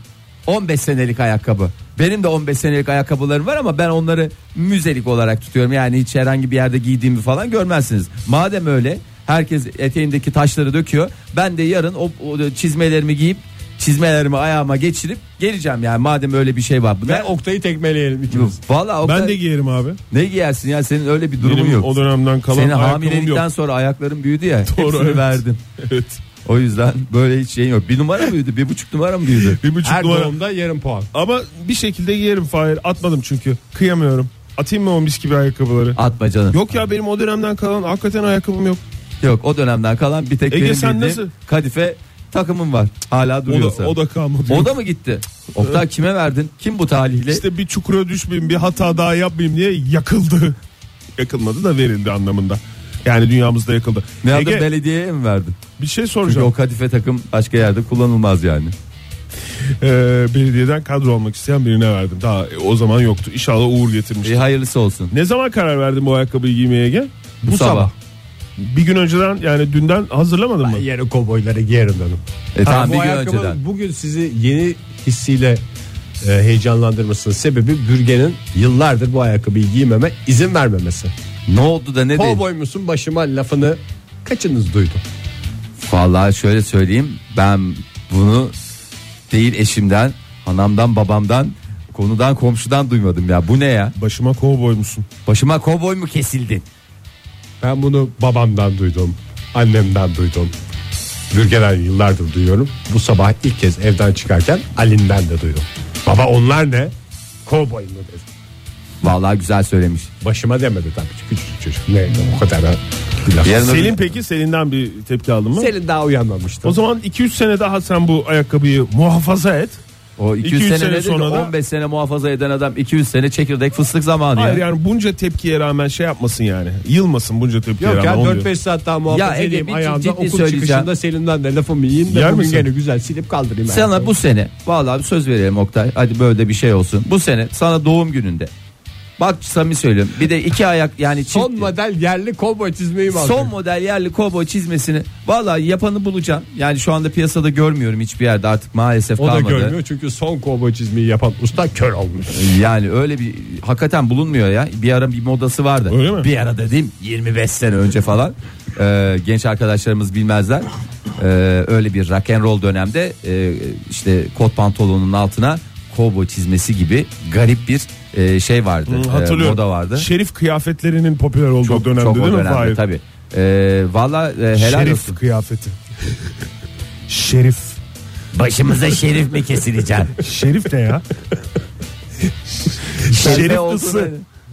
Speaker 5: 15 senelik ayakkabı. Benim de 15 senelik ayakkabılarım var ama ben onları müzelik olarak tutuyorum. Yani hiç herhangi bir yerde giydiğimi falan görmezsiniz. Madem öyle herkes eteğindeki taşları döküyor. Ben de yarın o, o çizmelerimi giyip çizmelerimi ayağıma geçirip geleceğim yani madem öyle bir şey var.
Speaker 4: Ve Oktay'ı tekmeleyelim ikimiz.
Speaker 5: Valla Oktay
Speaker 3: Ben de giyerim abi.
Speaker 5: ne giyersin ya senin öyle bir durumun
Speaker 3: Benim
Speaker 5: yok.
Speaker 3: o dönemden kalan
Speaker 5: Seni
Speaker 3: ayakkabım
Speaker 5: hamilelikten *laughs*
Speaker 3: yok.
Speaker 5: sonra ayakların büyüdü ya.
Speaker 3: Doğru,
Speaker 5: hepsini
Speaker 3: evet.
Speaker 5: verdim.
Speaker 3: Evet.
Speaker 5: O yüzden böyle hiç şeyin yok. Bir numara büyüdü, bir buçuk numara mı büyüdü?
Speaker 3: Bir buçuk
Speaker 4: Her
Speaker 3: numara.
Speaker 4: doğumda yarım puan.
Speaker 3: Ama bir şekilde giyerim Fahir. Atmadım çünkü. Kıyamıyorum. Atayım mı o mis gibi ayakkabıları?
Speaker 5: Atma canım. Yok,
Speaker 3: Yok ya benim o dönemden kalan hakikaten ayakkabım yok.
Speaker 5: o dönemden kalan bir tek
Speaker 3: Ege,
Speaker 5: benim
Speaker 3: sen
Speaker 5: bildiğim
Speaker 3: nasıl?
Speaker 5: kadife takımım var. Hala
Speaker 3: O da,
Speaker 5: duruyorsa.
Speaker 3: o da kalmadı.
Speaker 5: O da mı gitti? Oktay kime verdin? Kim bu talihli?
Speaker 3: İşte bir çukura düşmeyeyim bir hata daha yapmayayım diye yakıldı. Yakılmadı da verildi anlamında. Yani dünyamızda yakıldı.
Speaker 5: ne yaptın
Speaker 3: Ege
Speaker 5: belediyeye mi verdin?
Speaker 3: bir şey
Speaker 5: Çünkü
Speaker 3: soracağım.
Speaker 5: o kadife takım başka yerde kullanılmaz yani.
Speaker 3: Ee, belediyeden kadro olmak isteyen birine verdim. Daha e, o zaman yoktu. İnşallah uğur getirmiştir.
Speaker 5: E, hayırlısı olsun.
Speaker 3: Ne zaman karar verdin bu ayakkabıyı giymeye Ege?
Speaker 5: Bu sabah.
Speaker 3: Bir gün önceden yani dünden hazırlamadın mı?
Speaker 4: Yarın kovboyları giyerim dedim.
Speaker 5: E, tamam,
Speaker 4: bu
Speaker 5: bir gün
Speaker 4: ayakkabı
Speaker 5: önceden.
Speaker 4: Bugün sizi yeni hissiyle e, heyecanlandırmasının sebebi bürgenin yıllardır bu ayakkabıyı giymeme izin vermemesi.
Speaker 5: Ne oldu da ne
Speaker 3: E
Speaker 5: dedi?
Speaker 4: Kovboy musun başıma lafını kaçınız duydu?
Speaker 5: Vallahi şöyle söyleyeyim ben bunu değil eşimden, anamdan, babamdan, konudan, komşudan duymadım ya. Bu ne ya?
Speaker 3: Başıma kovboy musun?
Speaker 5: Başıma kovboy mu kesildin?
Speaker 4: Ben bunu babamdan duydum, annemden duydum. Bürgeden yıllardır duyuyorum. Bu sabah ilk kez evden çıkarken Ali'nden de duydum. Baba onlar ne? Kovboy mu dedi.
Speaker 5: Vallahi güzel söylemiş.
Speaker 4: Başıma demedi tabii ki küçücük çocuk. Ne o kadar ha. Bir laf.
Speaker 5: Yarın öbür-
Speaker 3: Selin peki Selin'den bir tepki aldın mı?
Speaker 4: Selin daha uyanmamıştı.
Speaker 3: O zaman 2-3 sene daha sen bu ayakkabıyı muhafaza et.
Speaker 5: o 200
Speaker 3: 200
Speaker 5: sene,
Speaker 3: sene
Speaker 5: ne dedi?
Speaker 3: sonra da-
Speaker 5: 15 sene muhafaza eden adam 200 sene çekirdek fıstık zamanı
Speaker 3: Hayır
Speaker 5: ya.
Speaker 3: yani bunca tepkiye rağmen şey yapmasın yani. Yılmasın bunca tepkiye
Speaker 4: Yok ya
Speaker 3: rağmen. onu diyor.
Speaker 4: 4-5 saat daha muhafaza
Speaker 5: Ya Ege,
Speaker 4: edeyim
Speaker 5: bir
Speaker 4: ayağımda
Speaker 5: ciddi
Speaker 4: okul
Speaker 5: söyleyeceğim.
Speaker 4: çıkışında Selim'den de lafımı yiyeyim de
Speaker 3: Yer
Speaker 4: bugün
Speaker 3: misin?
Speaker 4: gene güzel silip kaldırayım.
Speaker 5: Sana
Speaker 4: ayağımı.
Speaker 5: bu sene vallahi bir söz verelim Oktay. Hadi böyle de bir şey olsun. Bu sene sana doğum gününde. Bak samimi söylüyorum. Bir de iki ayak yani çift.
Speaker 4: son model yerli kovboy çizmeyi mi
Speaker 5: Son model yerli kovboy çizmesini vallahi yapanı bulacağım. Yani şu anda piyasada görmüyorum hiçbir yerde artık maalesef
Speaker 4: O da
Speaker 5: kalmadı.
Speaker 4: görmüyor çünkü son kovboy çizmeyi yapan usta kör olmuş.
Speaker 5: Yani öyle bir hakikaten bulunmuyor ya. Bir ara bir modası vardı.
Speaker 3: Öyle mi?
Speaker 5: Bir ara dediğim 25 sene önce falan. Ee, genç arkadaşlarımız bilmezler. Ee, öyle bir rock and roll dönemde e, işte kot pantolonun altına kovboy çizmesi gibi garip bir e, şey vardı.
Speaker 3: Hı,
Speaker 5: Ee,
Speaker 3: Hatırlıyorum.
Speaker 5: moda vardı.
Speaker 3: Şerif kıyafetlerinin popüler olduğu dönemde
Speaker 5: çok o
Speaker 3: değil mi
Speaker 5: dönemde
Speaker 3: Fahir?
Speaker 5: tabii. Ee, Valla e, helal
Speaker 3: Şerif
Speaker 5: olsun.
Speaker 3: kıyafeti. Şerif.
Speaker 5: Başımıza şerif mi kesilecek?
Speaker 3: Şerif ne
Speaker 5: *laughs*
Speaker 3: ya? *laughs*
Speaker 5: Şerife
Speaker 3: şerif
Speaker 5: olduğunu-
Speaker 3: ısı.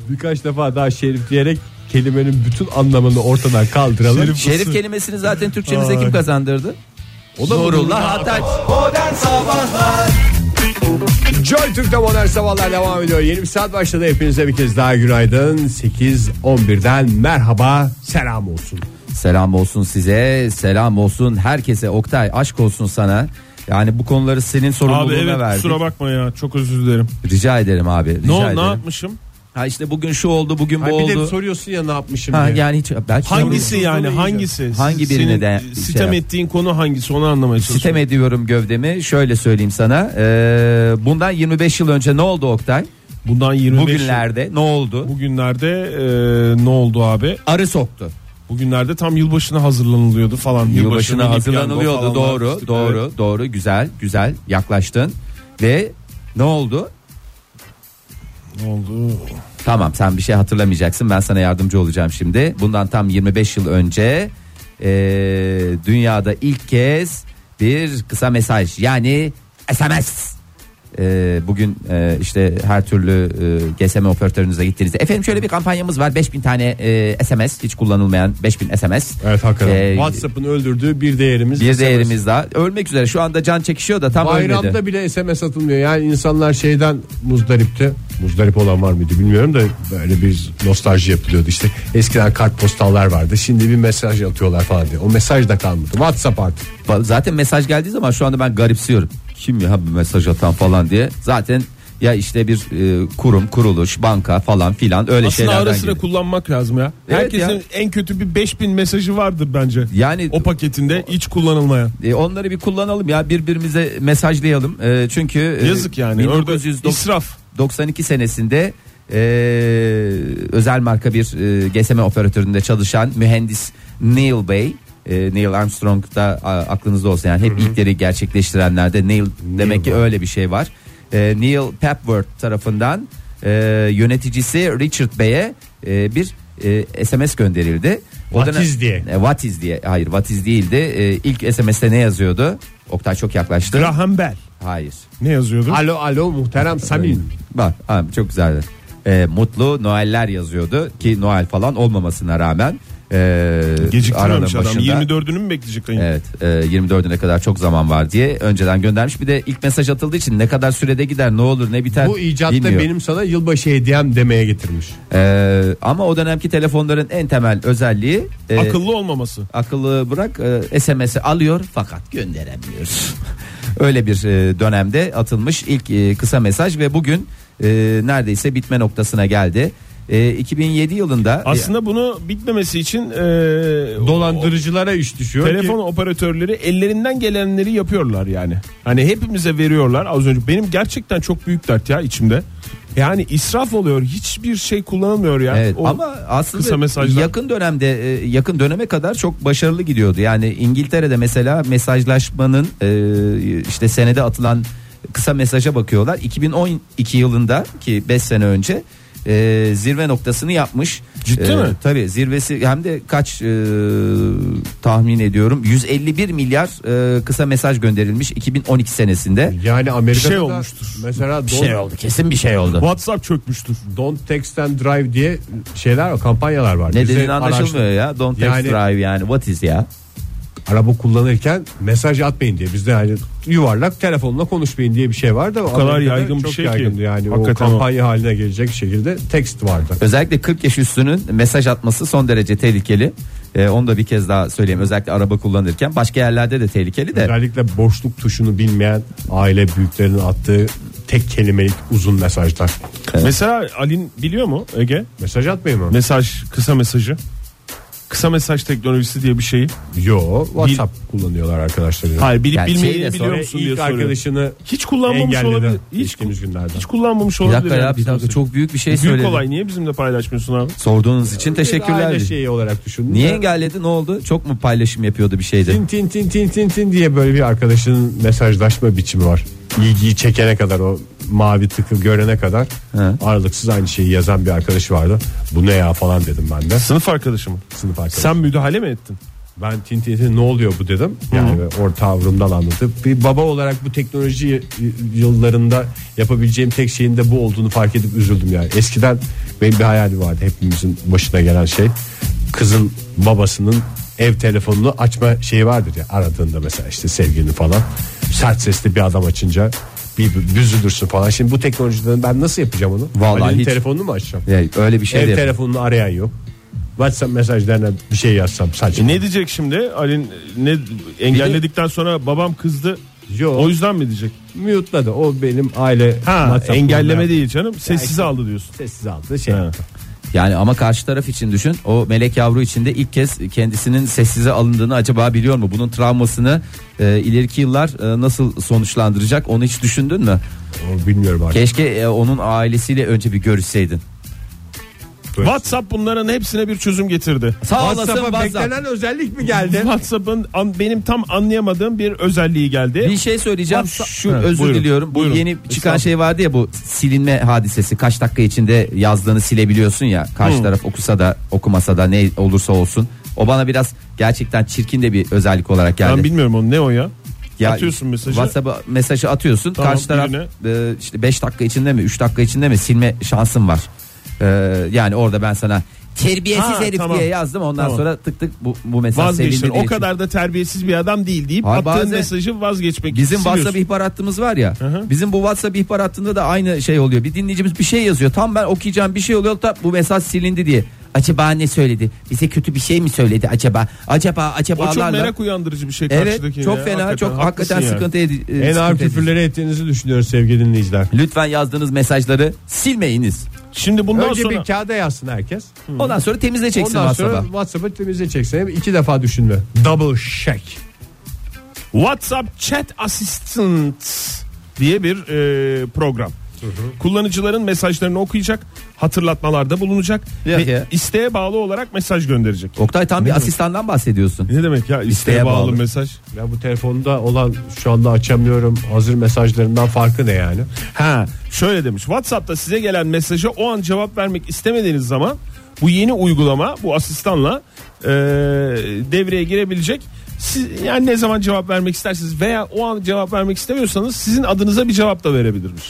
Speaker 4: Birkaç defa daha şerif diyerek kelimenin bütün anlamını ortadan kaldıralım.
Speaker 3: Şerif-
Speaker 5: Şerif kelimesini zaten Türkçemize
Speaker 3: Ay.
Speaker 5: kim kazandırdı? O da Nurullah Ataç.
Speaker 2: Modern Sabahlar
Speaker 4: Joy Türk'te modern sabahlar devam ediyor. Yeni bir saat başladı. Hepinize bir kez daha günaydın. 8.11'den merhaba selam olsun.
Speaker 5: Selam olsun size, selam olsun herkese. Oktay aşk olsun sana. Yani bu konuları senin
Speaker 3: Abi
Speaker 5: sorumluluğuna
Speaker 3: evet
Speaker 5: verdik.
Speaker 3: kusura bakma ya çok özür dilerim.
Speaker 5: Rica ederim abi. Rica
Speaker 3: Ne ol-
Speaker 5: ederim.
Speaker 3: ne yapmışım?
Speaker 5: Ha işte bugün şu oldu, bugün bu
Speaker 4: Ay bir de
Speaker 5: oldu.
Speaker 4: soruyorsun ya ne yapmışım
Speaker 5: Ha
Speaker 4: diye.
Speaker 5: yani hiç belki
Speaker 3: Hangisi
Speaker 5: sorumlu-
Speaker 3: yani
Speaker 4: iyice.
Speaker 3: hangisi?
Speaker 5: Hangi
Speaker 3: Senin
Speaker 5: birine de şey
Speaker 3: sitem
Speaker 5: yap-
Speaker 3: ettiğin konu hangisi onu anlamaya çalışıyorum.
Speaker 5: Sitem ediyorum gövdemi. Şöyle söyleyeyim sana. Ee, bundan 25 yıl önce ne oldu Oktay?
Speaker 3: Bundan 25 yıl-
Speaker 5: Bugünlerde ne oldu?
Speaker 3: Bugünlerde e, ne oldu abi?
Speaker 5: Arı soktu.
Speaker 3: Bugünlerde tam yılbaşına hazırlanılıyordu falan.
Speaker 5: Yılbaşına
Speaker 3: Yılbaşına gidip geldi, o
Speaker 5: hazırlanılıyordu.
Speaker 3: falanlar
Speaker 5: Doğru,
Speaker 3: işte,
Speaker 5: doğru,
Speaker 3: evet.
Speaker 5: doğru. Güzel, güzel yaklaştın. Ve ne oldu?
Speaker 3: Ne oldu?
Speaker 5: Tamam sen bir şey hatırlamayacaksın ben sana yardımcı olacağım şimdi. Bundan tam 25 yıl önce e, dünyada ilk kez bir kısa mesaj yani SMS. E, bugün e, işte her türlü e, GSM operatörünüze gittiğinizde efendim şöyle bir kampanyamız var 5000 tane e, SMS hiç kullanılmayan 5000 SMS.
Speaker 4: Evet hakikaten.
Speaker 5: Ee,
Speaker 4: WhatsApp'ın öldürdüğü bir değerimiz.
Speaker 5: Bir
Speaker 4: SMS.
Speaker 5: değerimiz daha ölmek üzere şu anda can çekişiyor da tam
Speaker 4: Bayramda
Speaker 5: ölmedi.
Speaker 4: bile SMS atılmıyor. Yani insanlar şeyden muzdaripti. Muzdarip olan var mıydı bilmiyorum da böyle bir nostalji yapılıyordu. İşte eskiden kartpostallar vardı. Şimdi bir mesaj atıyorlar falan diye. O mesaj da kalmadı. WhatsApp artık.
Speaker 5: Ba- Zaten mesaj geldiği zaman şu anda ben garipsiyorum. Kim ya bu mesaj atan falan diye. Zaten ya işte bir e, kurum, kuruluş, banka falan filan öyle
Speaker 3: Aslında
Speaker 5: şeylerden
Speaker 3: ara sıra
Speaker 5: geliyor.
Speaker 3: kullanmak lazım ya.
Speaker 5: Evet
Speaker 3: Herkesin
Speaker 5: ya.
Speaker 3: en kötü bir 5000 mesajı vardır bence.
Speaker 5: Yani-
Speaker 3: o paketinde hiç kullanılmayan.
Speaker 5: E, onları bir kullanalım ya birbirimize mesajlayalım. E, çünkü e,
Speaker 3: Yazık yani. Orada
Speaker 5: 1990
Speaker 3: israf.
Speaker 5: 92 senesinde e, özel marka bir e, GSM operatöründe çalışan mühendis Neil Bey e, Neil Armstrong da a, aklınızda olsun yani hep ilkleri gerçekleştirenlerde Neil, demek ki öyle bir şey var. E, Neil Papworth tarafından e, yöneticisi Richard Bey'e e, bir e, SMS gönderildi. O
Speaker 4: What
Speaker 5: ne-
Speaker 4: is diye.
Speaker 5: E, what is diye. Hayır, what is değildi. E, ilk SMS'te ne yazıyordu? Oktay çok yaklaştı.
Speaker 3: Graham Bell.
Speaker 5: Hayır.
Speaker 3: Ne yazıyordu?
Speaker 4: Alo alo muhterem Samim.
Speaker 5: Bak abi çok güzeldi. Ee, mutlu Noeller yazıyordu ki Noel falan olmamasına rağmen ee,
Speaker 3: Geciktirmemiş
Speaker 5: aranın
Speaker 3: adam.
Speaker 5: başında-
Speaker 3: 24'ünü mü bekleyecek? ayın?
Speaker 5: Evet e, 24'üne kadar çok zaman var diye önceden göndermiş. Bir de ilk mesaj atıldığı için ne kadar sürede gider ne olur ne biter
Speaker 4: Bu icatta
Speaker 5: bilmiyor.
Speaker 4: benim sana yılbaşı hediyem demeye getirmiş.
Speaker 5: Ee, ama o dönemki telefonların en temel özelliği e,
Speaker 3: Akıllı olmaması.
Speaker 5: akıllı bırak e, SMS'i alıyor fakat gönderemiyoruz. *laughs* Öyle bir e, dönemde atılmış ilk e, kısa mesaj ve bugün e, neredeyse bitme noktasına geldi. E, 2007 yılında
Speaker 3: Aslında bunu bitmemesi için e,
Speaker 4: Dolandırıcılara iş düşüyor.
Speaker 3: telefon
Speaker 4: ki,
Speaker 3: operatörleri ellerinden gelenleri yapıyorlar yani. Hani hepimize veriyorlar az önce. Benim gerçekten çok büyük dert ya içimde. Yani israf oluyor. Hiçbir şey kullanılmıyor ya.
Speaker 5: Evet,
Speaker 3: O
Speaker 5: ama aslında
Speaker 3: kısa mesajlar.
Speaker 5: yakın dönemde e, yakın döneme kadar çok başarılı gidiyordu. Yani İngiltere'de mesela mesajlaşmanın e, işte senede atılan kısa mesaja bakıyorlar. 2012 yılında ki 5 sene önce e, zirve noktasını yapmış.
Speaker 3: Ciddi
Speaker 5: E,
Speaker 3: mi?
Speaker 5: Tabii zirvesi hem de kaç e, tahmin ediyorum 151 milyar e, kısa mesaj gönderilmiş 2012 senesinde.
Speaker 4: yani Amerika'da
Speaker 3: Bir şey
Speaker 4: da
Speaker 3: olmuştur.
Speaker 4: Mesela
Speaker 5: Bir şey
Speaker 4: don't,
Speaker 5: oldu kesin bir şey oldu.
Speaker 3: WhatsApp çökmüştür.
Speaker 4: don't text and drive diye şeyler var, kampanyalar var.
Speaker 5: Ne
Speaker 4: Bize
Speaker 5: dediğini
Speaker 4: araştır-
Speaker 5: anlaşılmıyor ya. Don't text
Speaker 4: Yani-
Speaker 5: drive yani what is ya.
Speaker 4: araba kullanırken mesaj atmayın diye bizde yani yuvarlak telefonla konuşmayın diye bir şey var da o
Speaker 3: kadar yaygın bir şey ki.
Speaker 4: yani
Speaker 3: Hakikaten
Speaker 4: o kampanya haline gelecek şekilde tekst vardı.
Speaker 5: Özellikle 40 yaş üstünün mesaj atması son derece tehlikeli. Ee, onu da bir kez daha söyleyeyim. Özellikle araba kullanırken başka yerlerde de tehlikeli de.
Speaker 4: Özellikle boşluk tuşunu bilmeyen aile büyüklerinin attığı tek kelimelik uzun mesajlar.
Speaker 3: Mesela Alin biliyor mu Ege?
Speaker 4: Mesaj atmayın mı?
Speaker 3: Mesaj, kısa mesajı. Kısa mesaj teknolojisi diye bir şeyi.
Speaker 4: Yo, WhatsApp kullanıyorlar arkadaşlar.
Speaker 3: Hayır bilip
Speaker 5: Yani
Speaker 3: bilmeyi
Speaker 5: şeyi de
Speaker 3: biliyor
Speaker 5: sonra
Speaker 3: musun diye
Speaker 4: ilk
Speaker 3: soruyor.
Speaker 4: arkadaşını
Speaker 3: Hiç kullanmamış
Speaker 4: engelledi
Speaker 3: olabilir. Hiç,
Speaker 4: geçtiğimiz günlerde.
Speaker 3: hiç kullanmamış
Speaker 5: Bir
Speaker 3: olabilir.
Speaker 5: dakika
Speaker 3: yani
Speaker 5: ya bir
Speaker 3: kısa
Speaker 5: dakika
Speaker 3: mesajı.
Speaker 5: çok büyük bir şey
Speaker 3: Büyük
Speaker 5: söyledin.
Speaker 3: olay şey- niye bizimle paylaşmıyorsun abi?
Speaker 5: Sorduğunuz için teşekkürler.
Speaker 4: Aile şeyi olarak düşün.
Speaker 5: Niye engelledi ne oldu? Çok mu paylaşım yapıyordu bir şeydi?
Speaker 4: Tin tin tin tin tin tin diye böyle bir arkadaşının mesajlaşma biçimi var. İlgiyi çekene kadar o mavi tıkı görene kadar
Speaker 5: He.
Speaker 4: aralıksız aynı şeyi yazan bir arkadaş vardı. Bu ne ya falan dedim ben de
Speaker 3: Sınıf arkadaşım.
Speaker 4: sınıf arkadaşı.
Speaker 3: Sen müdahale mi ettin?
Speaker 4: Ben tin tin tin ne oluyor bu dedim. Yani orta tavrımdan anlatıp bir baba olarak bu teknoloji y- yıllarında yapabileceğim tek şeyin de bu olduğunu fark edip üzüldüm yani. Eskiden benim bir hayali vardı hepimizin başına gelen şey. Kızın babasının ev telefonunu açma şeyi vardır ya aradığında mesela işte sevgilini falan sert sesli bir adam açınca bir büzülürsün falan. Şimdi bu teknolojiden ben nasıl yapacağım onu?
Speaker 5: Vallahi
Speaker 4: Ali'nin
Speaker 5: hiç-
Speaker 4: telefonunu mu açacağım?
Speaker 5: Yani öyle bir şey
Speaker 4: Ev
Speaker 5: de yap-
Speaker 4: telefonunu arayan yok. WhatsApp mesajlarına bir şey yazsam saçma.
Speaker 3: E ne diyecek şimdi? Ali'nin ne engelledikten sonra babam kızdı.
Speaker 4: Yok.
Speaker 3: O yüzden mi diyecek?
Speaker 4: Mute'ladı. O benim aile
Speaker 3: Ha,
Speaker 4: WhatsApp
Speaker 3: engelleme
Speaker 4: numaram.
Speaker 3: değil canım. Sessize aldı diyorsun.
Speaker 4: Sessiz aldı şey.
Speaker 3: Ha.
Speaker 4: yaptı.
Speaker 5: Yani ama karşı taraf için düşün. O melek yavru içinde ilk kez kendisinin sessize alındığını acaba biliyor mu? Bunun travmasını e, ileriki yıllar e, nasıl sonuçlandıracak? Onu hiç düşündün mü?
Speaker 4: O bilmiyorum artık.
Speaker 5: Keşke e, onun ailesiyle önce bir görüşseydin.
Speaker 3: WhatsApp bunların hepsine bir çözüm getirdi.
Speaker 5: Sağ olasın
Speaker 4: WhatsApp'a
Speaker 5: WhatsApp.
Speaker 4: beklenen özellik mi geldi?
Speaker 3: WhatsApp'ın an- benim tam anlayamadığım bir özelliği geldi.
Speaker 5: Bir şey söyleyeceğim.
Speaker 3: WhatsApp-
Speaker 5: Şu
Speaker 3: Ha,
Speaker 5: özür
Speaker 3: buyurun,
Speaker 5: diliyorum. Bu
Speaker 3: buyurun.
Speaker 5: yeni çıkan
Speaker 3: Estağfurullah.
Speaker 5: şey vardı ya bu silinme hadisesi. Kaç dakika içinde yazdığını silebiliyorsun ya. Karşı taraf okusa da okumasa da ne olursa olsun. O bana biraz gerçekten çirkin de bir özellik olarak geldi.
Speaker 3: Ben bilmiyorum onu ne o ya?
Speaker 5: Ya
Speaker 3: Atıyorsun mesajı.
Speaker 5: WhatsApp'a mesajı atıyorsun.
Speaker 3: Tamam,
Speaker 5: Karşı taraf e, işte 5 dakika içinde mi 3 dakika içinde mi silme şansın var. E, yani orada ben sana terbiyesiz
Speaker 3: Ha,
Speaker 5: herif
Speaker 3: tamam.
Speaker 5: diye yazdım. Ondan
Speaker 3: Tamam.
Speaker 5: sonra tık tık bu, bu mesaj sevildi
Speaker 3: Vazgeçtin.
Speaker 5: diye.
Speaker 3: O
Speaker 5: çıktı.
Speaker 3: kadar da terbiyesiz bir adam değil deyip
Speaker 5: Hayır,
Speaker 3: attığın
Speaker 5: bazen-
Speaker 3: mesajı vazgeçmek
Speaker 5: Bizim
Speaker 3: siliyorsun.
Speaker 5: WhatsApp ihbar hattımız var ya.
Speaker 3: hı.
Speaker 5: Bizim bu WhatsApp ihbar hattında da aynı şey oluyor. Bir dinleyicimiz bir şey yazıyor. Tam ben okuyacağım bir şey oluyor da bu mesaj silindi diye. Acaba ne söyledi? Bize kötü bir şey mi söyledi acaba? Acaba
Speaker 3: O çok
Speaker 5: acabalarla.
Speaker 3: merak uyandırıcı bir şey
Speaker 5: evet
Speaker 3: karşıdakine.
Speaker 5: çok
Speaker 3: ya.
Speaker 5: fena çok
Speaker 3: haklısın
Speaker 5: hakikaten
Speaker 3: yani.
Speaker 5: sıkıntı edici.
Speaker 4: En ağır küfürleri ettiğinizi düşünüyorum sevgili dinleyiciler.
Speaker 5: Lütfen yazdığınız mesajları silmeyiniz.
Speaker 3: Şimdi bundan
Speaker 4: Önce
Speaker 3: sonra
Speaker 4: bir kağıda yazsın herkes.
Speaker 5: Ondan sonra temizleyeceksin
Speaker 4: Ondan sonra
Speaker 5: WhatsApp'a.
Speaker 4: WhatsApp'ı temizleyeceksin. Hem iki defa düşünme. Double check.
Speaker 3: WhatsApp Chat Assistant diye bir e, program. Kullanıcıların mesajlarını okuyacak, hatırlatmalarda bulunacak
Speaker 5: Ya
Speaker 3: ve
Speaker 5: ya.
Speaker 3: isteğe bağlı olarak mesaj gönderecek.
Speaker 5: Oktay tam bir asistandan bahsediyorsun.
Speaker 3: Ne demek ya isteğe,
Speaker 5: İsteğe
Speaker 3: bağlı,
Speaker 5: bağlı.
Speaker 3: mesaj?
Speaker 4: Ya bu telefonda olan şu anda açamıyorum hazır mesajlarından farkı ne yani?
Speaker 3: Ha, şöyle demiş. WhatsApp'ta size gelen mesaja o an cevap vermek istemediğiniz zaman bu yeni uygulama bu asistanla e, devreye girebilecek. Siz, yani ne zaman cevap vermek istersiniz veya o an cevap vermek istemiyorsanız sizin adınıza bir cevap da verebilirmiş.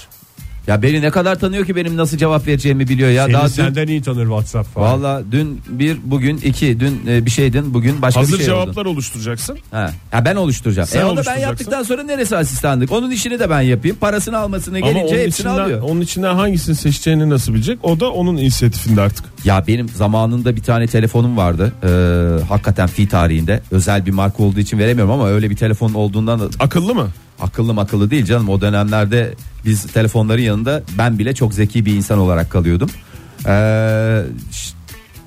Speaker 5: Ya beni ne kadar tanıyor ki benim nasıl cevap vereceğimi biliyor ya.
Speaker 4: Seni
Speaker 5: Daha dün,
Speaker 4: senden iyi tanır WhatsApp falan.
Speaker 5: Valla dün bir bugün iki dün e, bir şeydin bugün başka
Speaker 3: Hazır
Speaker 5: bir şey oldun.
Speaker 3: cevaplar oluşturacaksın.
Speaker 5: Ha. Ya ben oluşturacağım.
Speaker 3: Sen
Speaker 5: e onu da ben
Speaker 3: oluşturacaksın.
Speaker 5: yaptıktan sonra neresi asistanlık? Onun işini de ben yapayım. Parasını almasına
Speaker 3: Ama onun
Speaker 5: gelince hepsini
Speaker 3: içinden,
Speaker 5: alıyor.
Speaker 3: onun içinden hangisini seçeceğini nasıl bilecek? O da onun inisiyatifinde artık.
Speaker 5: Ya benim zamanında bir tane telefonum vardı. Ee, hakikaten fi tarihinde. Özel bir marka olduğu için veremiyorum ama öyle bir telefon olduğundan da
Speaker 3: Akıllı mı?
Speaker 5: akıllı akıllı değil canım o dönemlerde biz telefonların yanında ben bile çok zeki bir insan olarak kalıyordum. Ee, ş-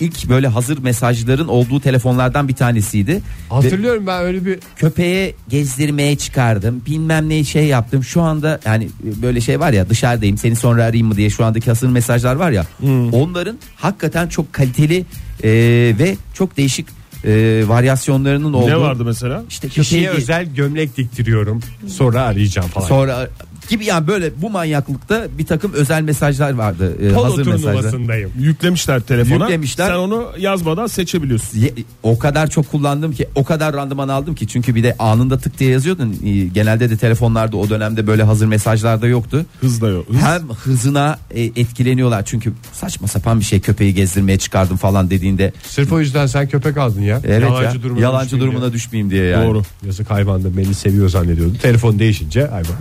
Speaker 5: ilk böyle hazır mesajların olduğu telefonlardan bir tanesiydi. Ve
Speaker 4: Hatırlıyorum ben öyle bir
Speaker 5: şey köpeğe gezdirmeye çıkardım. Bilmem ne şey yaptım. Şu anda yani böyle şey var ya dışarıdayım seni sonra arayayım mı diye şu andaki hazır mesajlar var ya.
Speaker 4: Hmm.
Speaker 5: Onların hakikaten çok kaliteli e, ve çok değişik e, varyasyonlarının olduğu.
Speaker 3: Ne vardı mesela?
Speaker 5: İşte
Speaker 4: kişiye
Speaker 5: köpeğe-
Speaker 4: özel gömlek diktiriyorum. Sonra arayacağım falan.
Speaker 5: Sonra gibi yani böyle bu manyaklıkta bir takım özel mesajlar vardı. Ee,
Speaker 4: Polo
Speaker 5: hazır mesajlar.
Speaker 4: turnuvasındayım.
Speaker 3: Yüklemişler telefona.
Speaker 5: Yüklemişler.
Speaker 3: Sen onu yazmadan seçebiliyorsun.
Speaker 5: Ye- O kadar çok kullandım ki o kadar randıman aldım ki çünkü bir de anında tık diye yazıyordun. Ee, Genelde de telefonlarda o dönemde böyle hazır mesajlar da yoktu.
Speaker 3: Hız da yok. Hız.
Speaker 5: Hem hızına e, etkileniyorlar çünkü saçma sapan bir şey köpeği gezdirmeye çıkardım falan dediğinde e,
Speaker 4: Sırf o yüzden sen köpek aldın ya.
Speaker 5: evet
Speaker 4: yalancı
Speaker 5: ya,
Speaker 4: durumuna
Speaker 5: yalancı
Speaker 4: düşmeyeyim
Speaker 5: durumuna
Speaker 4: diye.
Speaker 5: düşmeyeyim diye yani.
Speaker 4: Doğru. Yazık hayvan da beni seviyor zannediyordum. Telefon değişince hayvan.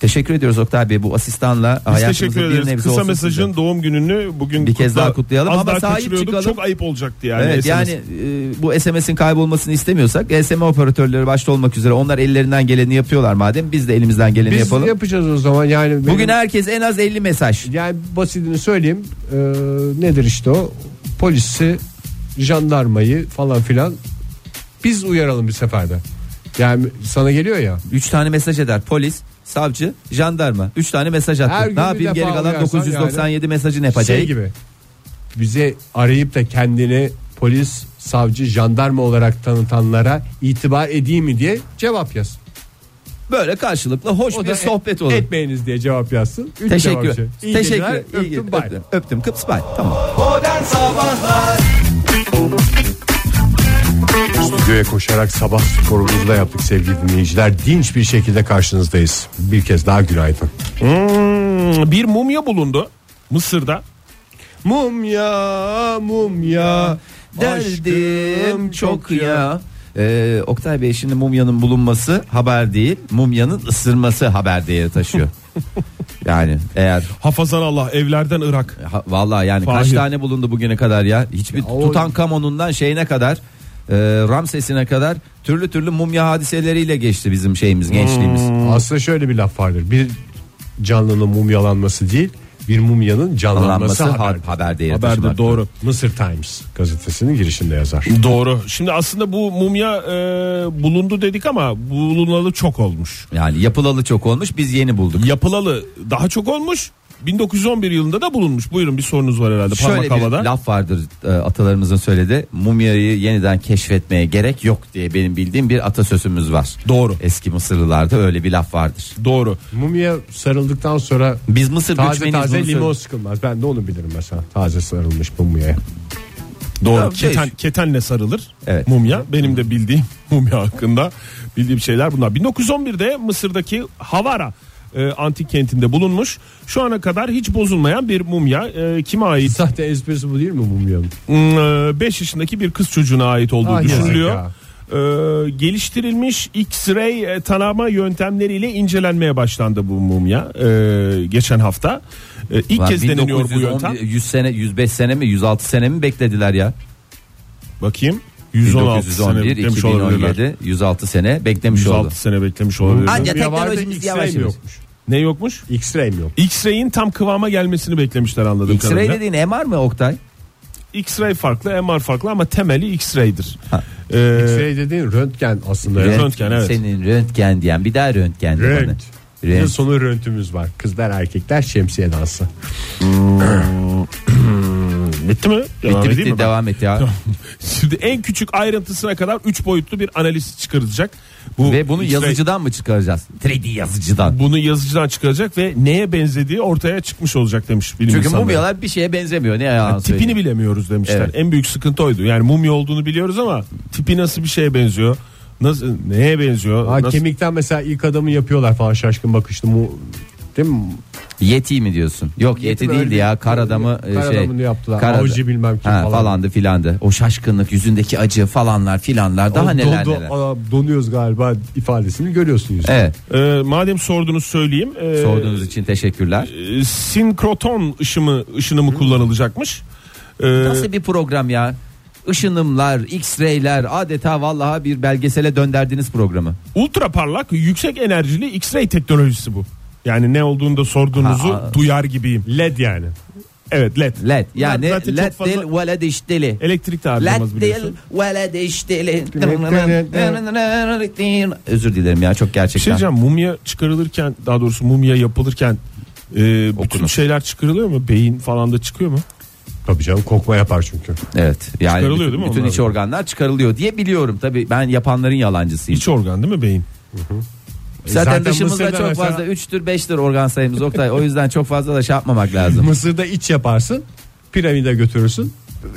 Speaker 5: Teşekkür ediyoruz Oktay Bey bu asistanla
Speaker 3: Biz
Speaker 5: hayatımızın
Speaker 3: teşekkür
Speaker 5: bir
Speaker 3: ederiz.
Speaker 5: nebze
Speaker 3: Kısa
Speaker 5: olsun
Speaker 3: mesajın
Speaker 5: sizin.
Speaker 3: doğum gününü bugün
Speaker 5: Bir kez
Speaker 3: kutla-
Speaker 5: daha kutlayalım
Speaker 3: Az
Speaker 5: ama
Speaker 3: daha
Speaker 5: sahip
Speaker 3: kaçırıyorduk.
Speaker 5: çıkalım.
Speaker 3: Çok ayıp olacaktı yani.
Speaker 5: evet
Speaker 3: SMS.
Speaker 5: yani e, bu SMS'in kaybolmasını istemiyorsak SM operatörleri başta olmak üzere onlar ellerinden geleni yapıyorlar madem biz de elimizden geleni
Speaker 4: Biz
Speaker 5: yapalım.
Speaker 4: yapacağız o zaman yani. benim-
Speaker 5: Bugün herkes en az 50 mesaj.
Speaker 4: Yani basitini söyleyeyim. Ee, nedir işte o? Polisi, jandarmayı falan filan biz uyaralım bir seferde. Yani sana geliyor ya.
Speaker 5: 3 tane mesaj eder polis, savcı, jandarma. 3 tane mesaj
Speaker 4: Her
Speaker 5: attı.
Speaker 4: gün
Speaker 5: Ne
Speaker 4: bir
Speaker 5: yapayım
Speaker 4: defa
Speaker 5: geri kalan
Speaker 4: uyarsan
Speaker 5: 997 mesajı ne yapacak?
Speaker 4: Şey gibi. Bize arayıp da kendini polis, savcı, jandarma olarak tanıtanlara itibar edeyim mi diye cevap yaz.
Speaker 5: Böyle karşılıklı hoş bir
Speaker 4: da
Speaker 5: sohbet
Speaker 4: et-
Speaker 5: olur.
Speaker 4: Etmeyiniz diye cevap yazsın. Üç cevap
Speaker 5: Teşekkür.
Speaker 4: şey. İyi
Speaker 5: Teşekkür.
Speaker 4: geceler,
Speaker 5: iyi
Speaker 4: öptüm,
Speaker 5: geceler.
Speaker 4: bye.
Speaker 5: öptüm. Öptüm. Kıps bay. Tamam.
Speaker 2: Modern Sabahlar
Speaker 4: Stüdyoya koşarak sabah sporumuzu da yaptık sevgili dinleyiciler. Dinç bir şekilde karşınızdayız. Bir kez daha günaydın.
Speaker 3: Hmm, bir mumya bulundu Mısır'da.
Speaker 4: Mum ya mum ya
Speaker 5: Derdim çok ya. Ee, Oktay Bey şimdi mumyanın bulunması haber değil. Mumyanın ısırması haber
Speaker 4: *laughs*
Speaker 5: değeri taşıyor. yani eğer
Speaker 3: Hafazan Allah evlerden Irak.
Speaker 5: ha- vallahi yani kaç
Speaker 3: Fahir.
Speaker 5: tane bulundu bugüne kadar ya? Hiçbir tutan Tutankamon'undan şeyine kadar e, Ramses'ine kadar türlü türlü mumya hadiseleriyle geçti bizim şeyimiz gençliğimiz.
Speaker 3: Hmm.
Speaker 4: Aslında şöyle bir laf vardır. Bir canlının mumyalanması değil, bir mumyanın canlanması
Speaker 5: Canlanması ha-
Speaker 4: haber.
Speaker 5: haber değeri
Speaker 4: Haberde
Speaker 5: taşımakta.
Speaker 4: doğru. Mısır Times gazetesinin girişinde yazar.
Speaker 3: Doğru. Şimdi aslında bu mumya e, bulundu dedik ama bulunalı çok olmuş.
Speaker 5: Yani yapılalı çok olmuş biz yeni bulduk.
Speaker 3: Yapılalı daha çok olmuş. 1911 yılında da bulunmuş. Buyurun bir sorunuz var herhalde
Speaker 5: Şöyle
Speaker 3: parmak
Speaker 5: bir
Speaker 3: havada.
Speaker 5: laf vardır e, atalarımızın söyledi. Mumyayı yeniden keşfetmeye gerek yok diye benim bildiğim bir atasözümüz var.
Speaker 3: Doğru.
Speaker 5: Eski Mısırlılarda öyle bir laf vardır.
Speaker 3: Doğru.
Speaker 4: Mumya sarıldıktan sonra
Speaker 5: Biz Mısır
Speaker 4: taze
Speaker 5: göçmeniyiz
Speaker 4: taze
Speaker 5: bunu
Speaker 4: limon
Speaker 5: söyle-
Speaker 4: sıkılmaz. Ben de onu bilirim mesela. Taze sarılmış mumyaya.
Speaker 3: Doğru.
Speaker 5: Tamam,
Speaker 3: Keten,
Speaker 5: değiş-
Speaker 3: ketenle sarılır
Speaker 5: Evet.
Speaker 3: mumya. Benim de bildiğim *laughs* mumya hakkında bildiğim şeyler bunlar. 1911'de Mısır'daki Havara e, antik kentinde bulunmuş. Şu ana kadar hiç bozulmayan bir mumya. E, kime ait?
Speaker 4: Sahte esprisi bu değil mi mumyanın?
Speaker 3: 5 yaşındaki bir kız çocuğuna ait olduğu
Speaker 4: Ah,
Speaker 3: düşünülüyor.
Speaker 4: yazık ya.
Speaker 3: E, geliştirilmiş X-ray e, tanama yöntemleriyle incelenmeye başlandı bu mumya e, geçen hafta. E, ilk
Speaker 5: Ulan
Speaker 3: kez deneniyor bu
Speaker 5: 1911
Speaker 3: yöntem.
Speaker 5: 100 sene 105 sene mi 106 sene mi beklediler ya?
Speaker 3: Bakayım. 116 sene
Speaker 5: 1911,
Speaker 3: beklemiş olabilirler.
Speaker 5: 2017, 106 sene beklemiş
Speaker 3: 106
Speaker 5: oldu.
Speaker 3: sene beklemiş olabilir.
Speaker 5: Ancak
Speaker 4: Mumya vardı,
Speaker 5: teknolojimiz
Speaker 4: X-ray
Speaker 5: yavaş
Speaker 4: mi
Speaker 5: yavaş.
Speaker 4: yokmuş?
Speaker 3: Ne yokmuş?
Speaker 4: X-ray mi yok?
Speaker 3: X-ray'in tam kıvama gelmesini beklemişler anladığım
Speaker 5: X-ray
Speaker 3: kadarıyla.
Speaker 5: dediğin MR mı Oktay?
Speaker 3: X-ray farklı, MR farklı ama temeli X-ray'dir.
Speaker 5: Ha.
Speaker 3: Ee,
Speaker 4: X-ray dediğin röntgen aslında.
Speaker 3: Röntgen,
Speaker 4: ya.
Speaker 3: evet.
Speaker 5: Senin röntgen diyen bir daha röntgen. de bana.
Speaker 4: Rönt. Yıl
Speaker 5: Rönt.
Speaker 4: sonu röntümüz var. Kızlar erkekler şemsiye dansı.
Speaker 3: bitti mi? Devam
Speaker 5: Bitti
Speaker 3: edeyim
Speaker 5: bitti
Speaker 3: mi ben?
Speaker 5: devam et ya.
Speaker 3: Şimdi en küçük ayrıntısına kadar 3 boyutlu bir analiz çıkarılacak. *laughs* Bu
Speaker 5: Ve bunu
Speaker 3: X-ray-
Speaker 5: yazıcıdan mı çıkaracağız? 3D yazıcıdan.
Speaker 3: bunu yazıcıdan çıkacak ve neye benzediği ortaya çıkmış olacak demiş bilim
Speaker 5: Çünkü
Speaker 3: insanları.
Speaker 5: mumyalar bir şeye benzemiyor. Ne yalan
Speaker 3: tipini
Speaker 5: söyleyeyim.
Speaker 3: bilemiyoruz demişler.
Speaker 5: Evet.
Speaker 3: En büyük sıkıntı oydu. Yani mumya olduğunu biliyoruz ama tipi nasıl bir şeye benziyor? Nasıl neye benziyor?
Speaker 4: Ha,
Speaker 3: nasıl-
Speaker 4: kemikten mesela ilk adamı yapıyorlar falan şaşkın bakışlı mu değil mi?
Speaker 5: Yeti mi diyorsun? Yok yeti,
Speaker 4: mi?
Speaker 5: değildi ya.
Speaker 4: Öyle-
Speaker 5: Kar adamı e,
Speaker 4: Kar
Speaker 5: şey.
Speaker 4: adamını yaptılar.
Speaker 5: Kar adam-
Speaker 4: Avcı bilmem kim
Speaker 5: Ha,
Speaker 4: falan.
Speaker 5: falandı filandı. O şaşkınlık yüzündeki acı falanlar filanlar daha
Speaker 4: O
Speaker 5: neler
Speaker 4: don- don-
Speaker 5: neler.
Speaker 4: aa, donuyoruz galiba ifadesini görüyorsun yüzünde.
Speaker 5: Evet.
Speaker 3: Ee, madem sordunuz söyleyeyim. Ee,
Speaker 5: Sorduğunuz için teşekkürler.
Speaker 3: e, sinkroton ışımı ışını mı kullanılacakmış? Ee,
Speaker 5: Nasıl bir program ya? Işınımlar, X-ray'ler adeta vallaha bir belgesele dönderdiniz programı.
Speaker 3: ultra parlak yüksek enerjili X-ray teknolojisi bu. Yani ne olduğunu da sorduğunuzu
Speaker 5: Ha, a-
Speaker 3: duyar gibiyim. LED yani. Evet E LED.
Speaker 5: LED yani
Speaker 3: zaten çok
Speaker 5: LED
Speaker 3: fazla-
Speaker 5: değil ve LED deli.
Speaker 3: E Elektrik de harcamaz
Speaker 5: LED
Speaker 3: biliyorsun.
Speaker 5: değil ve LED deli. Özür dilerim ya çok
Speaker 3: Bir şey
Speaker 5: gerçekten.
Speaker 3: diyeceğim mumya çıkarılırken daha doğrusu mumya yapılırken e, bütün
Speaker 5: Okunur.
Speaker 3: şeyler çıkarılıyor mu? Beyin falan da çıkıyor mu?
Speaker 4: Tabii canım kokma yapar çünkü.
Speaker 5: Evet. Yani
Speaker 3: Çıkarılıyor
Speaker 5: bütün,
Speaker 3: değil mi
Speaker 5: bütün
Speaker 3: onlar
Speaker 5: iç
Speaker 3: da?
Speaker 5: organlar çıkarılıyor diye biliyorum. Tabii ben yapanların yalancısıyım.
Speaker 3: İç organ değil mi beyin? E
Speaker 5: Zaten,
Speaker 4: Zaten
Speaker 5: dışımızda
Speaker 4: Mısır'da
Speaker 5: çok
Speaker 4: mesela-
Speaker 5: fazla 3'tür 5'tir organ sayımız Oktay. o yüzden çok fazla da şey yapmamak lazım.
Speaker 4: Mısır'da iç yaparsın piramide götürürsün.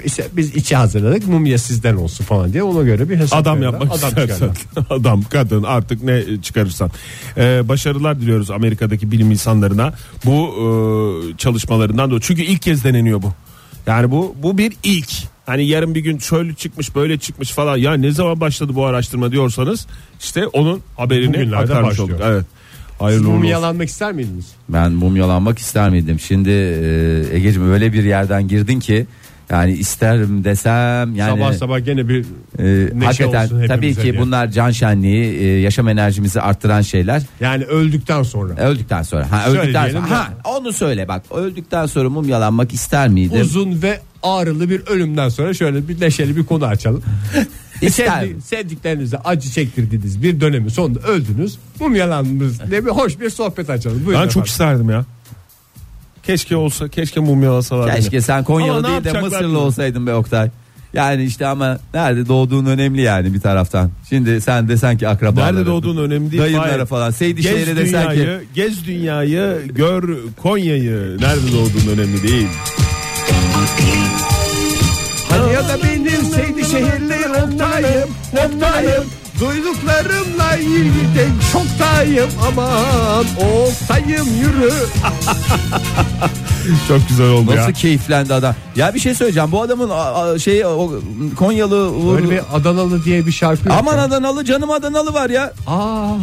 Speaker 4: İşte biz içi hazırladık mumya sizden olsun falan diye ona göre bir hesap
Speaker 3: Adam
Speaker 4: verirler.
Speaker 3: yapmak
Speaker 4: adam
Speaker 3: istersen.
Speaker 4: çıkarlar.
Speaker 3: *laughs* Adam, kadın artık ne çıkarırsan. Ee, başarılar diliyoruz Amerika'daki bilim insanlarına bu e, çalışmalarından dolayı. Çünkü ilk kez deneniyor bu. Yani bu bu bir ilk. Hani yarın bir gün şöyle çıkmış böyle çıkmış falan. Ya ne zaman başladı bu araştırma diyorsanız işte onun haberini
Speaker 4: Bugünlerde
Speaker 3: aktarmış
Speaker 4: başlıyor.
Speaker 3: olduk. Evet.
Speaker 4: Siz
Speaker 3: Hayırlı uğurlu olsun.
Speaker 4: mumyalanmak ister miydiniz?
Speaker 5: Ben mumyalanmak ister miydim? Şimdi e, Ege'cim öyle bir yerden girdin ki yani isterim desem yani
Speaker 4: sabah sabah gene bir
Speaker 5: e,
Speaker 4: neşe olsun
Speaker 5: hakikaten
Speaker 4: hepimize
Speaker 5: tabii ki
Speaker 4: diye.
Speaker 5: bunlar can şenliği, e, yaşam enerjimizi arttıran şeyler.
Speaker 4: Yani öldükten sonra.
Speaker 5: Öldükten sonra. Ha
Speaker 4: Şöyle
Speaker 5: öldükten
Speaker 4: diyelim
Speaker 5: sonra.
Speaker 4: de-
Speaker 5: Ha onu söyle bak. Öldükten sonra mumyalanmak ister miydim?
Speaker 4: Uzun ve ağrılı bir ölümden sonra şöyle bir neşeli bir konu açalım.
Speaker 5: İster.
Speaker 4: Sevdi- sevdiklerinize acı çektirdiniz bir dönemi sonunda öldünüz. Mumyalandınız diye bir hoş bir sohbet açalım. Buyurun
Speaker 3: Ben çok
Speaker 4: efendim.
Speaker 3: isterdim ya. Keşke olsa, keşke mumyalasalar. beni.
Speaker 5: Keşke sen
Speaker 3: Ama
Speaker 5: Konyalı
Speaker 3: ne
Speaker 5: değil de
Speaker 3: yapacaklar
Speaker 5: Mısırlı
Speaker 3: bunu?
Speaker 5: olsaydın be Oktay. Yani işte ama nerede doğduğun önemli yani bir taraftan. Şimdi sen desen ki akrabaları.
Speaker 3: Nerede doğduğun önemli değil.
Speaker 5: Dayınlara
Speaker 3: Hayır.
Speaker 5: falan. Seydi
Speaker 3: Gez
Speaker 5: şehre desen ki.
Speaker 3: dünyayı, gez dünyayı, gör Konya'yı. Nerede doğduğun önemli değil.
Speaker 4: Hadi ya da benim sevdi şehirli Oktay'ım Oktay'ım Duyduklarımla ilgili şoktayım aman oltayım yürü.
Speaker 3: *laughs* Çok güzel oldu
Speaker 5: Nasıl
Speaker 3: ya.
Speaker 5: keyiflendi adam. Ya bir şey söyleyeceğim. Bu adamın a- a- şey o, Konyalı Uğur-
Speaker 4: Böyle bir Adanalı diye bir şarkı yok.
Speaker 5: Aman
Speaker 4: ya.
Speaker 5: Adanalı canım Adanalı var ya.
Speaker 4: Aa,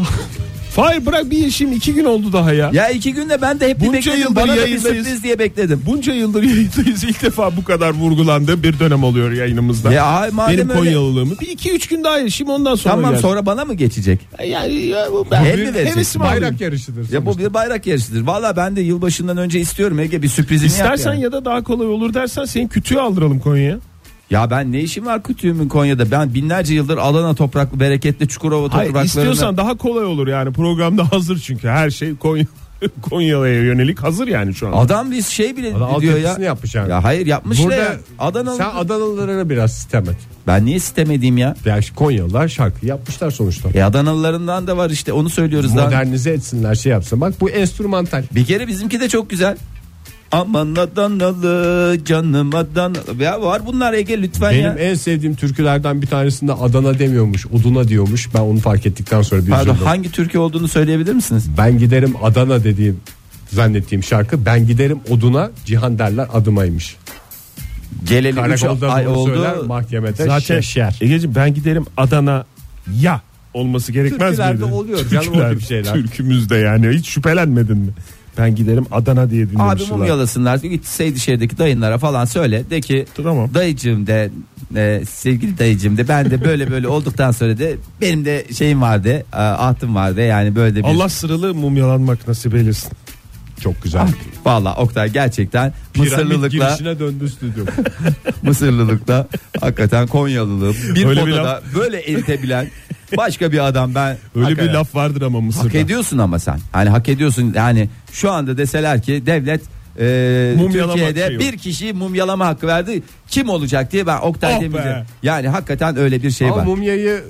Speaker 3: Fahir bırak bir işim iki gün oldu daha ya.
Speaker 5: Ya iki günde ben de hep bir
Speaker 3: Bunca
Speaker 5: bekledim.
Speaker 3: yıldır
Speaker 5: Bana da bir
Speaker 3: yayındayız.
Speaker 5: sürpriz diye bekledim.
Speaker 3: Bunca yıldır *laughs* yayındayız ilk defa bu kadar vurgulandığı bir dönem oluyor yayınımızda.
Speaker 5: Ya ay, madem
Speaker 3: Benim
Speaker 5: öyle-
Speaker 3: Konyalılığımı. Bir iki üç gün daha yaşayayım ondan sonra
Speaker 5: Tamam
Speaker 3: gelsin.
Speaker 5: sonra bana mı geçecek?
Speaker 3: Yani, ya bu ben
Speaker 5: Hem mi vereceksin?
Speaker 3: hevesim aldı.
Speaker 4: bayrak yarışıdır.
Speaker 5: Ya bu bir bayrak yarışıdır. Valla ben de yılbaşından önce istiyorum Ege bir sürprizini yap.
Speaker 3: İstersen
Speaker 5: yani.
Speaker 3: ya da daha kolay olur dersen seni kütüğe aldıralım Konya'ya.
Speaker 5: Ya ben ne işim var kütüğümün Konya'da? Ben binlerce yıldır Alana topraklı, bereketli Çukurova
Speaker 3: Hayır
Speaker 5: topraklarını...
Speaker 3: istiyorsan daha kolay olur yani programda *laughs* hazır çünkü her şey Konya *laughs* Konyalı'ya yönelik hazır yani şu an.
Speaker 5: Adam biz şey bile
Speaker 4: Adam
Speaker 5: diyor ya.
Speaker 4: altyapısını yapmış yani.
Speaker 5: Ya hayır yapmış
Speaker 4: Burada
Speaker 5: da ya. Adanalı.
Speaker 4: sen Adanalılara biraz sistem et.
Speaker 5: Ben niye istemediğim ya?
Speaker 4: Yani Konyalılar şarkı yapmışlar sonuçta.
Speaker 5: E Adanalılarından da var işte onu söylüyoruz daha.
Speaker 4: Modernize etsinler şey yapsın. Bak bu enstrümantal.
Speaker 5: Bir kere bizimki de çok güzel. Aman Adanalı canım Adanalı. Ya var bunlar Ege lütfen ya.
Speaker 4: Benim en sevdiğim türkülerden bir tanesinde Adana demiyormuş, Uduna diyormuş. Ben onu fark ettikten sonra bir
Speaker 5: Pardon
Speaker 4: üzüldüm.
Speaker 5: hangi türkü olduğunu söyleyebilir misiniz?
Speaker 4: Ben giderim Adana dediğim zannettiğim şarkı Ben giderim oduna cihan derler adımaymış.
Speaker 5: Şey Geleli 3
Speaker 4: Karakolda
Speaker 5: ay
Speaker 4: bunu söyler
Speaker 5: oldu.
Speaker 4: mahkemede
Speaker 3: Zaten
Speaker 4: şeşer.
Speaker 3: Egeciğim ben giderim Adana ya olması gerekmez
Speaker 4: Türkülerde
Speaker 3: miydi?
Speaker 4: oluyor canım o
Speaker 3: Türküler-
Speaker 4: tip şeyler.
Speaker 3: Türkümüzde yani hiç şüphelenmedin mi? Ben giderim Adana diye
Speaker 5: Abim onu
Speaker 3: dinlemişler.
Speaker 5: yalasınlar. Gitseydi şehirdeki dayınlara falan söyle. De ki
Speaker 3: Tamam.
Speaker 5: dayıcığım de e, sevgili dayıcığım de ben de böyle böyle olduktan sonra de benim de şeyim vardı. e, ahtım vardı yani böyle de bir.
Speaker 3: Allah sıralı mumyalanmak nasip eylesin.
Speaker 4: Çok güzel.
Speaker 5: Valla Oktay gerçekten
Speaker 4: Piramit
Speaker 5: Mısırlılıkla
Speaker 4: girişine döndü stüdyo.
Speaker 5: Mısırlılıkta hakikaten Konyalılığı bir
Speaker 3: Öyle bir
Speaker 5: odada böyle eritebilen başka bir adam ben
Speaker 3: Öyle
Speaker 5: hakikaten-
Speaker 3: bir laf vardır ama
Speaker 5: hak
Speaker 3: Mısır'da.
Speaker 5: ediyorsun ama sen hani hak ediyorsun yani şu anda deseler ki devlet e,
Speaker 3: Mumyalama
Speaker 5: Türkiye'de
Speaker 3: hakkı yok.
Speaker 5: bir kişiyi mumyalama hakkı verdi kim olacak diye ben Oktay
Speaker 3: Oh
Speaker 5: Demirci
Speaker 3: be.
Speaker 5: yani hakikaten öyle bir şey
Speaker 4: Ama
Speaker 5: var
Speaker 4: mumyayı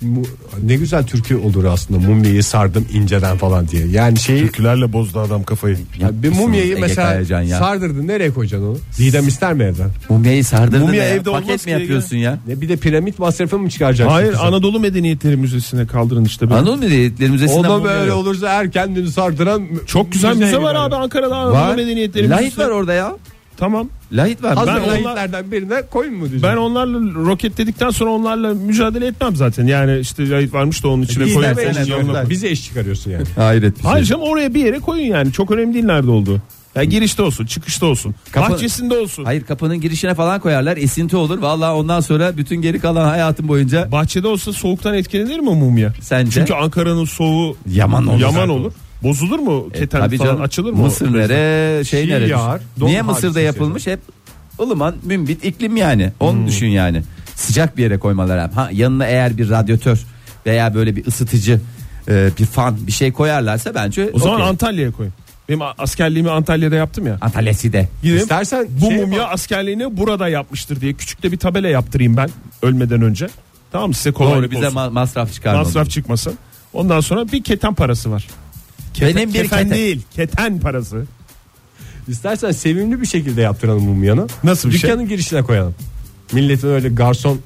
Speaker 4: Mu- ne güzel türkü olur aslında mumyayı sardım inceden falan diye. Yani şeyi
Speaker 3: Türkülerle bozdu adam kafayı.
Speaker 4: Ya bir mumyayı
Speaker 5: Ege
Speaker 4: mesela
Speaker 5: Kayacan ya.
Speaker 4: sardırdın nereye koyacaksın onu? Didem ister mi evden?
Speaker 5: mumyayı sardırdın
Speaker 3: Mumya
Speaker 5: ya,
Speaker 3: evde olmaz
Speaker 5: paket
Speaker 3: ki
Speaker 5: mi yapıyorsun ya
Speaker 4: Ne bir de piramit masrafı mı çıkaracaksın?
Speaker 3: Hayır
Speaker 4: kıza?
Speaker 3: Anadolu Medeniyetleri Müzesi'ne kaldırın işte. beni.
Speaker 5: Anadolu Medeniyetleri Müzesi'nden
Speaker 4: Onda
Speaker 5: mumya
Speaker 4: böyle
Speaker 5: yok.
Speaker 4: olursa her kendini sardıran
Speaker 3: Çok güzel
Speaker 4: müzeye
Speaker 3: müze var
Speaker 4: giderler.
Speaker 3: abi Ankara'da Anadolu
Speaker 4: Var.
Speaker 3: Medeniyetleri
Speaker 5: lahit
Speaker 3: Müzesi.
Speaker 5: var orada ya
Speaker 3: Tamam.
Speaker 5: lahit var
Speaker 4: Hazır
Speaker 5: Ben-
Speaker 3: onlar-
Speaker 4: layıklardan birine koyun mu diyeceğim?
Speaker 3: Ben onlarla roketledikten sonra onlarla mücadele etmem zaten. Yani işte lahit varmış da onun içine
Speaker 5: biz
Speaker 3: koyup
Speaker 5: de
Speaker 3: onun
Speaker 5: ben-
Speaker 3: yanına-
Speaker 5: ben-
Speaker 4: Bize eş çıkarıyorsun yani.
Speaker 5: hayret bir şey.
Speaker 3: Hayır canım oraya bir yere koyun yani. Çok önemli değil nerede olduğu. Ya girişte olsun, çıkışta olsun,
Speaker 5: Kapı-
Speaker 3: bahçesinde *laughs* olsun.
Speaker 5: Hayır kapının girişine falan koyarlar esinti olur Vallahi ondan sonra bütün geri kalan hayatın boyunca
Speaker 3: Bahçede olsa soğuktan etkilenir mi mumya?
Speaker 5: Sence?
Speaker 3: Çünkü Ankara'nın soğuğu
Speaker 5: Yaman olur. E,
Speaker 3: Yaman olur. Bozulur mu keten
Speaker 5: Tabii
Speaker 3: falan
Speaker 5: canım.
Speaker 3: açılır mı?
Speaker 5: Mısır nere şey
Speaker 4: Şii
Speaker 5: nere?
Speaker 4: yağar, don
Speaker 5: Niye Mısır'da
Speaker 4: hadisesi.
Speaker 5: yapılmış hep ılıman mümbit iklim yani. Onu
Speaker 3: Hmm.
Speaker 5: düşün yani. Sıcak bir yere koymalar hem. Ha yanına eğer bir radyatör veya böyle bir ısıtıcı e, bir fan bir şey koyarlarsa bence
Speaker 3: O zaman
Speaker 5: okey.
Speaker 3: Antalya'ya koyun. Benim a- askerliğimi Antalya'da yaptım ya.
Speaker 5: Antalya'sı de.
Speaker 3: Gidip
Speaker 4: İstersen
Speaker 3: bu
Speaker 4: şey
Speaker 3: mumya
Speaker 4: yap-
Speaker 3: askerliğini burada yapmıştır diye küçük de bir tabela yaptırayım ben ölmeden önce. Tamam mı? size
Speaker 5: Doğru
Speaker 3: kolaylık
Speaker 5: bize
Speaker 3: olsun.
Speaker 5: ma- masraf çıkarmadı.
Speaker 3: Masraf çıkmasın. Ondan sonra bir keten parası var.
Speaker 5: Benim bir
Speaker 3: Kefen
Speaker 5: keten-
Speaker 3: değil, keten parası.
Speaker 4: İstersen sevimli bir şekilde yaptıralım mumyanı.
Speaker 3: Nasıl bir şey?
Speaker 4: Dükkanın girişine koyalım. Milletin öyle garson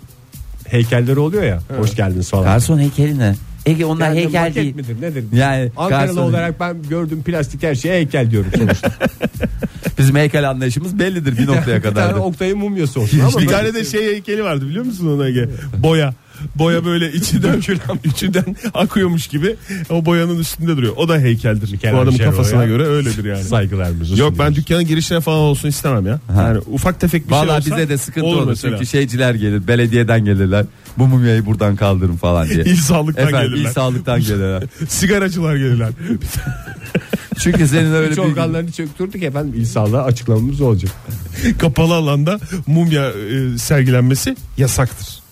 Speaker 4: heykelleri oluyor ya. Hoş geldiniz falan.
Speaker 5: Garson heykeli ne? Ege onlar
Speaker 4: Yani
Speaker 5: heykel
Speaker 4: maket
Speaker 5: değil.
Speaker 4: midir nedir?
Speaker 5: Yani
Speaker 4: Ankaralı
Speaker 5: garson-
Speaker 4: olarak ben gördüğüm plastik her şeye
Speaker 3: *laughs*
Speaker 4: heykel diyorum sonuçta.
Speaker 5: Bizim heykel anlayışımız bellidir bir noktaya
Speaker 4: bir tane
Speaker 5: kadar.
Speaker 4: Oktay'ın mumyası olsun. ama
Speaker 3: bir
Speaker 4: böyle-
Speaker 3: tane de şey heykeli vardı biliyor musun ona Ege? Boya. Boya böyle
Speaker 5: *laughs*
Speaker 3: içinden içinden akıyormuş gibi o boyanın üstünde duruyor. O da heykeldir. Bu adamın
Speaker 5: şey
Speaker 4: Michelangelo
Speaker 3: kafasına
Speaker 4: ya.
Speaker 3: göre öyledir yani.
Speaker 4: saygılarımızı
Speaker 3: Yok
Speaker 4: sunuyoruz.
Speaker 3: ben dükkanın girişine falan olsun istemem ya. Yani ufak tefek bir
Speaker 5: Valla
Speaker 3: şey olsa
Speaker 5: bize de sıkıntı
Speaker 3: olur
Speaker 5: olur,
Speaker 3: mesela.
Speaker 5: çünkü şeyciler gelir belediyeden gelirler bu mumyayı buradan kaldırın falan diye.
Speaker 3: İl sağlıktan
Speaker 5: Efendim
Speaker 3: gelirler. *laughs*
Speaker 5: il sağlıktan gelirler.
Speaker 3: Sigaracılar gelirler. *laughs*
Speaker 5: Çünkü senin öyle
Speaker 4: Üç
Speaker 5: bir...
Speaker 4: organlarını çöktürdük efendim. İl sağlığı açıklamamız olacak.
Speaker 3: Kapalı alanda mumya e, sergilenmesi yasaktır.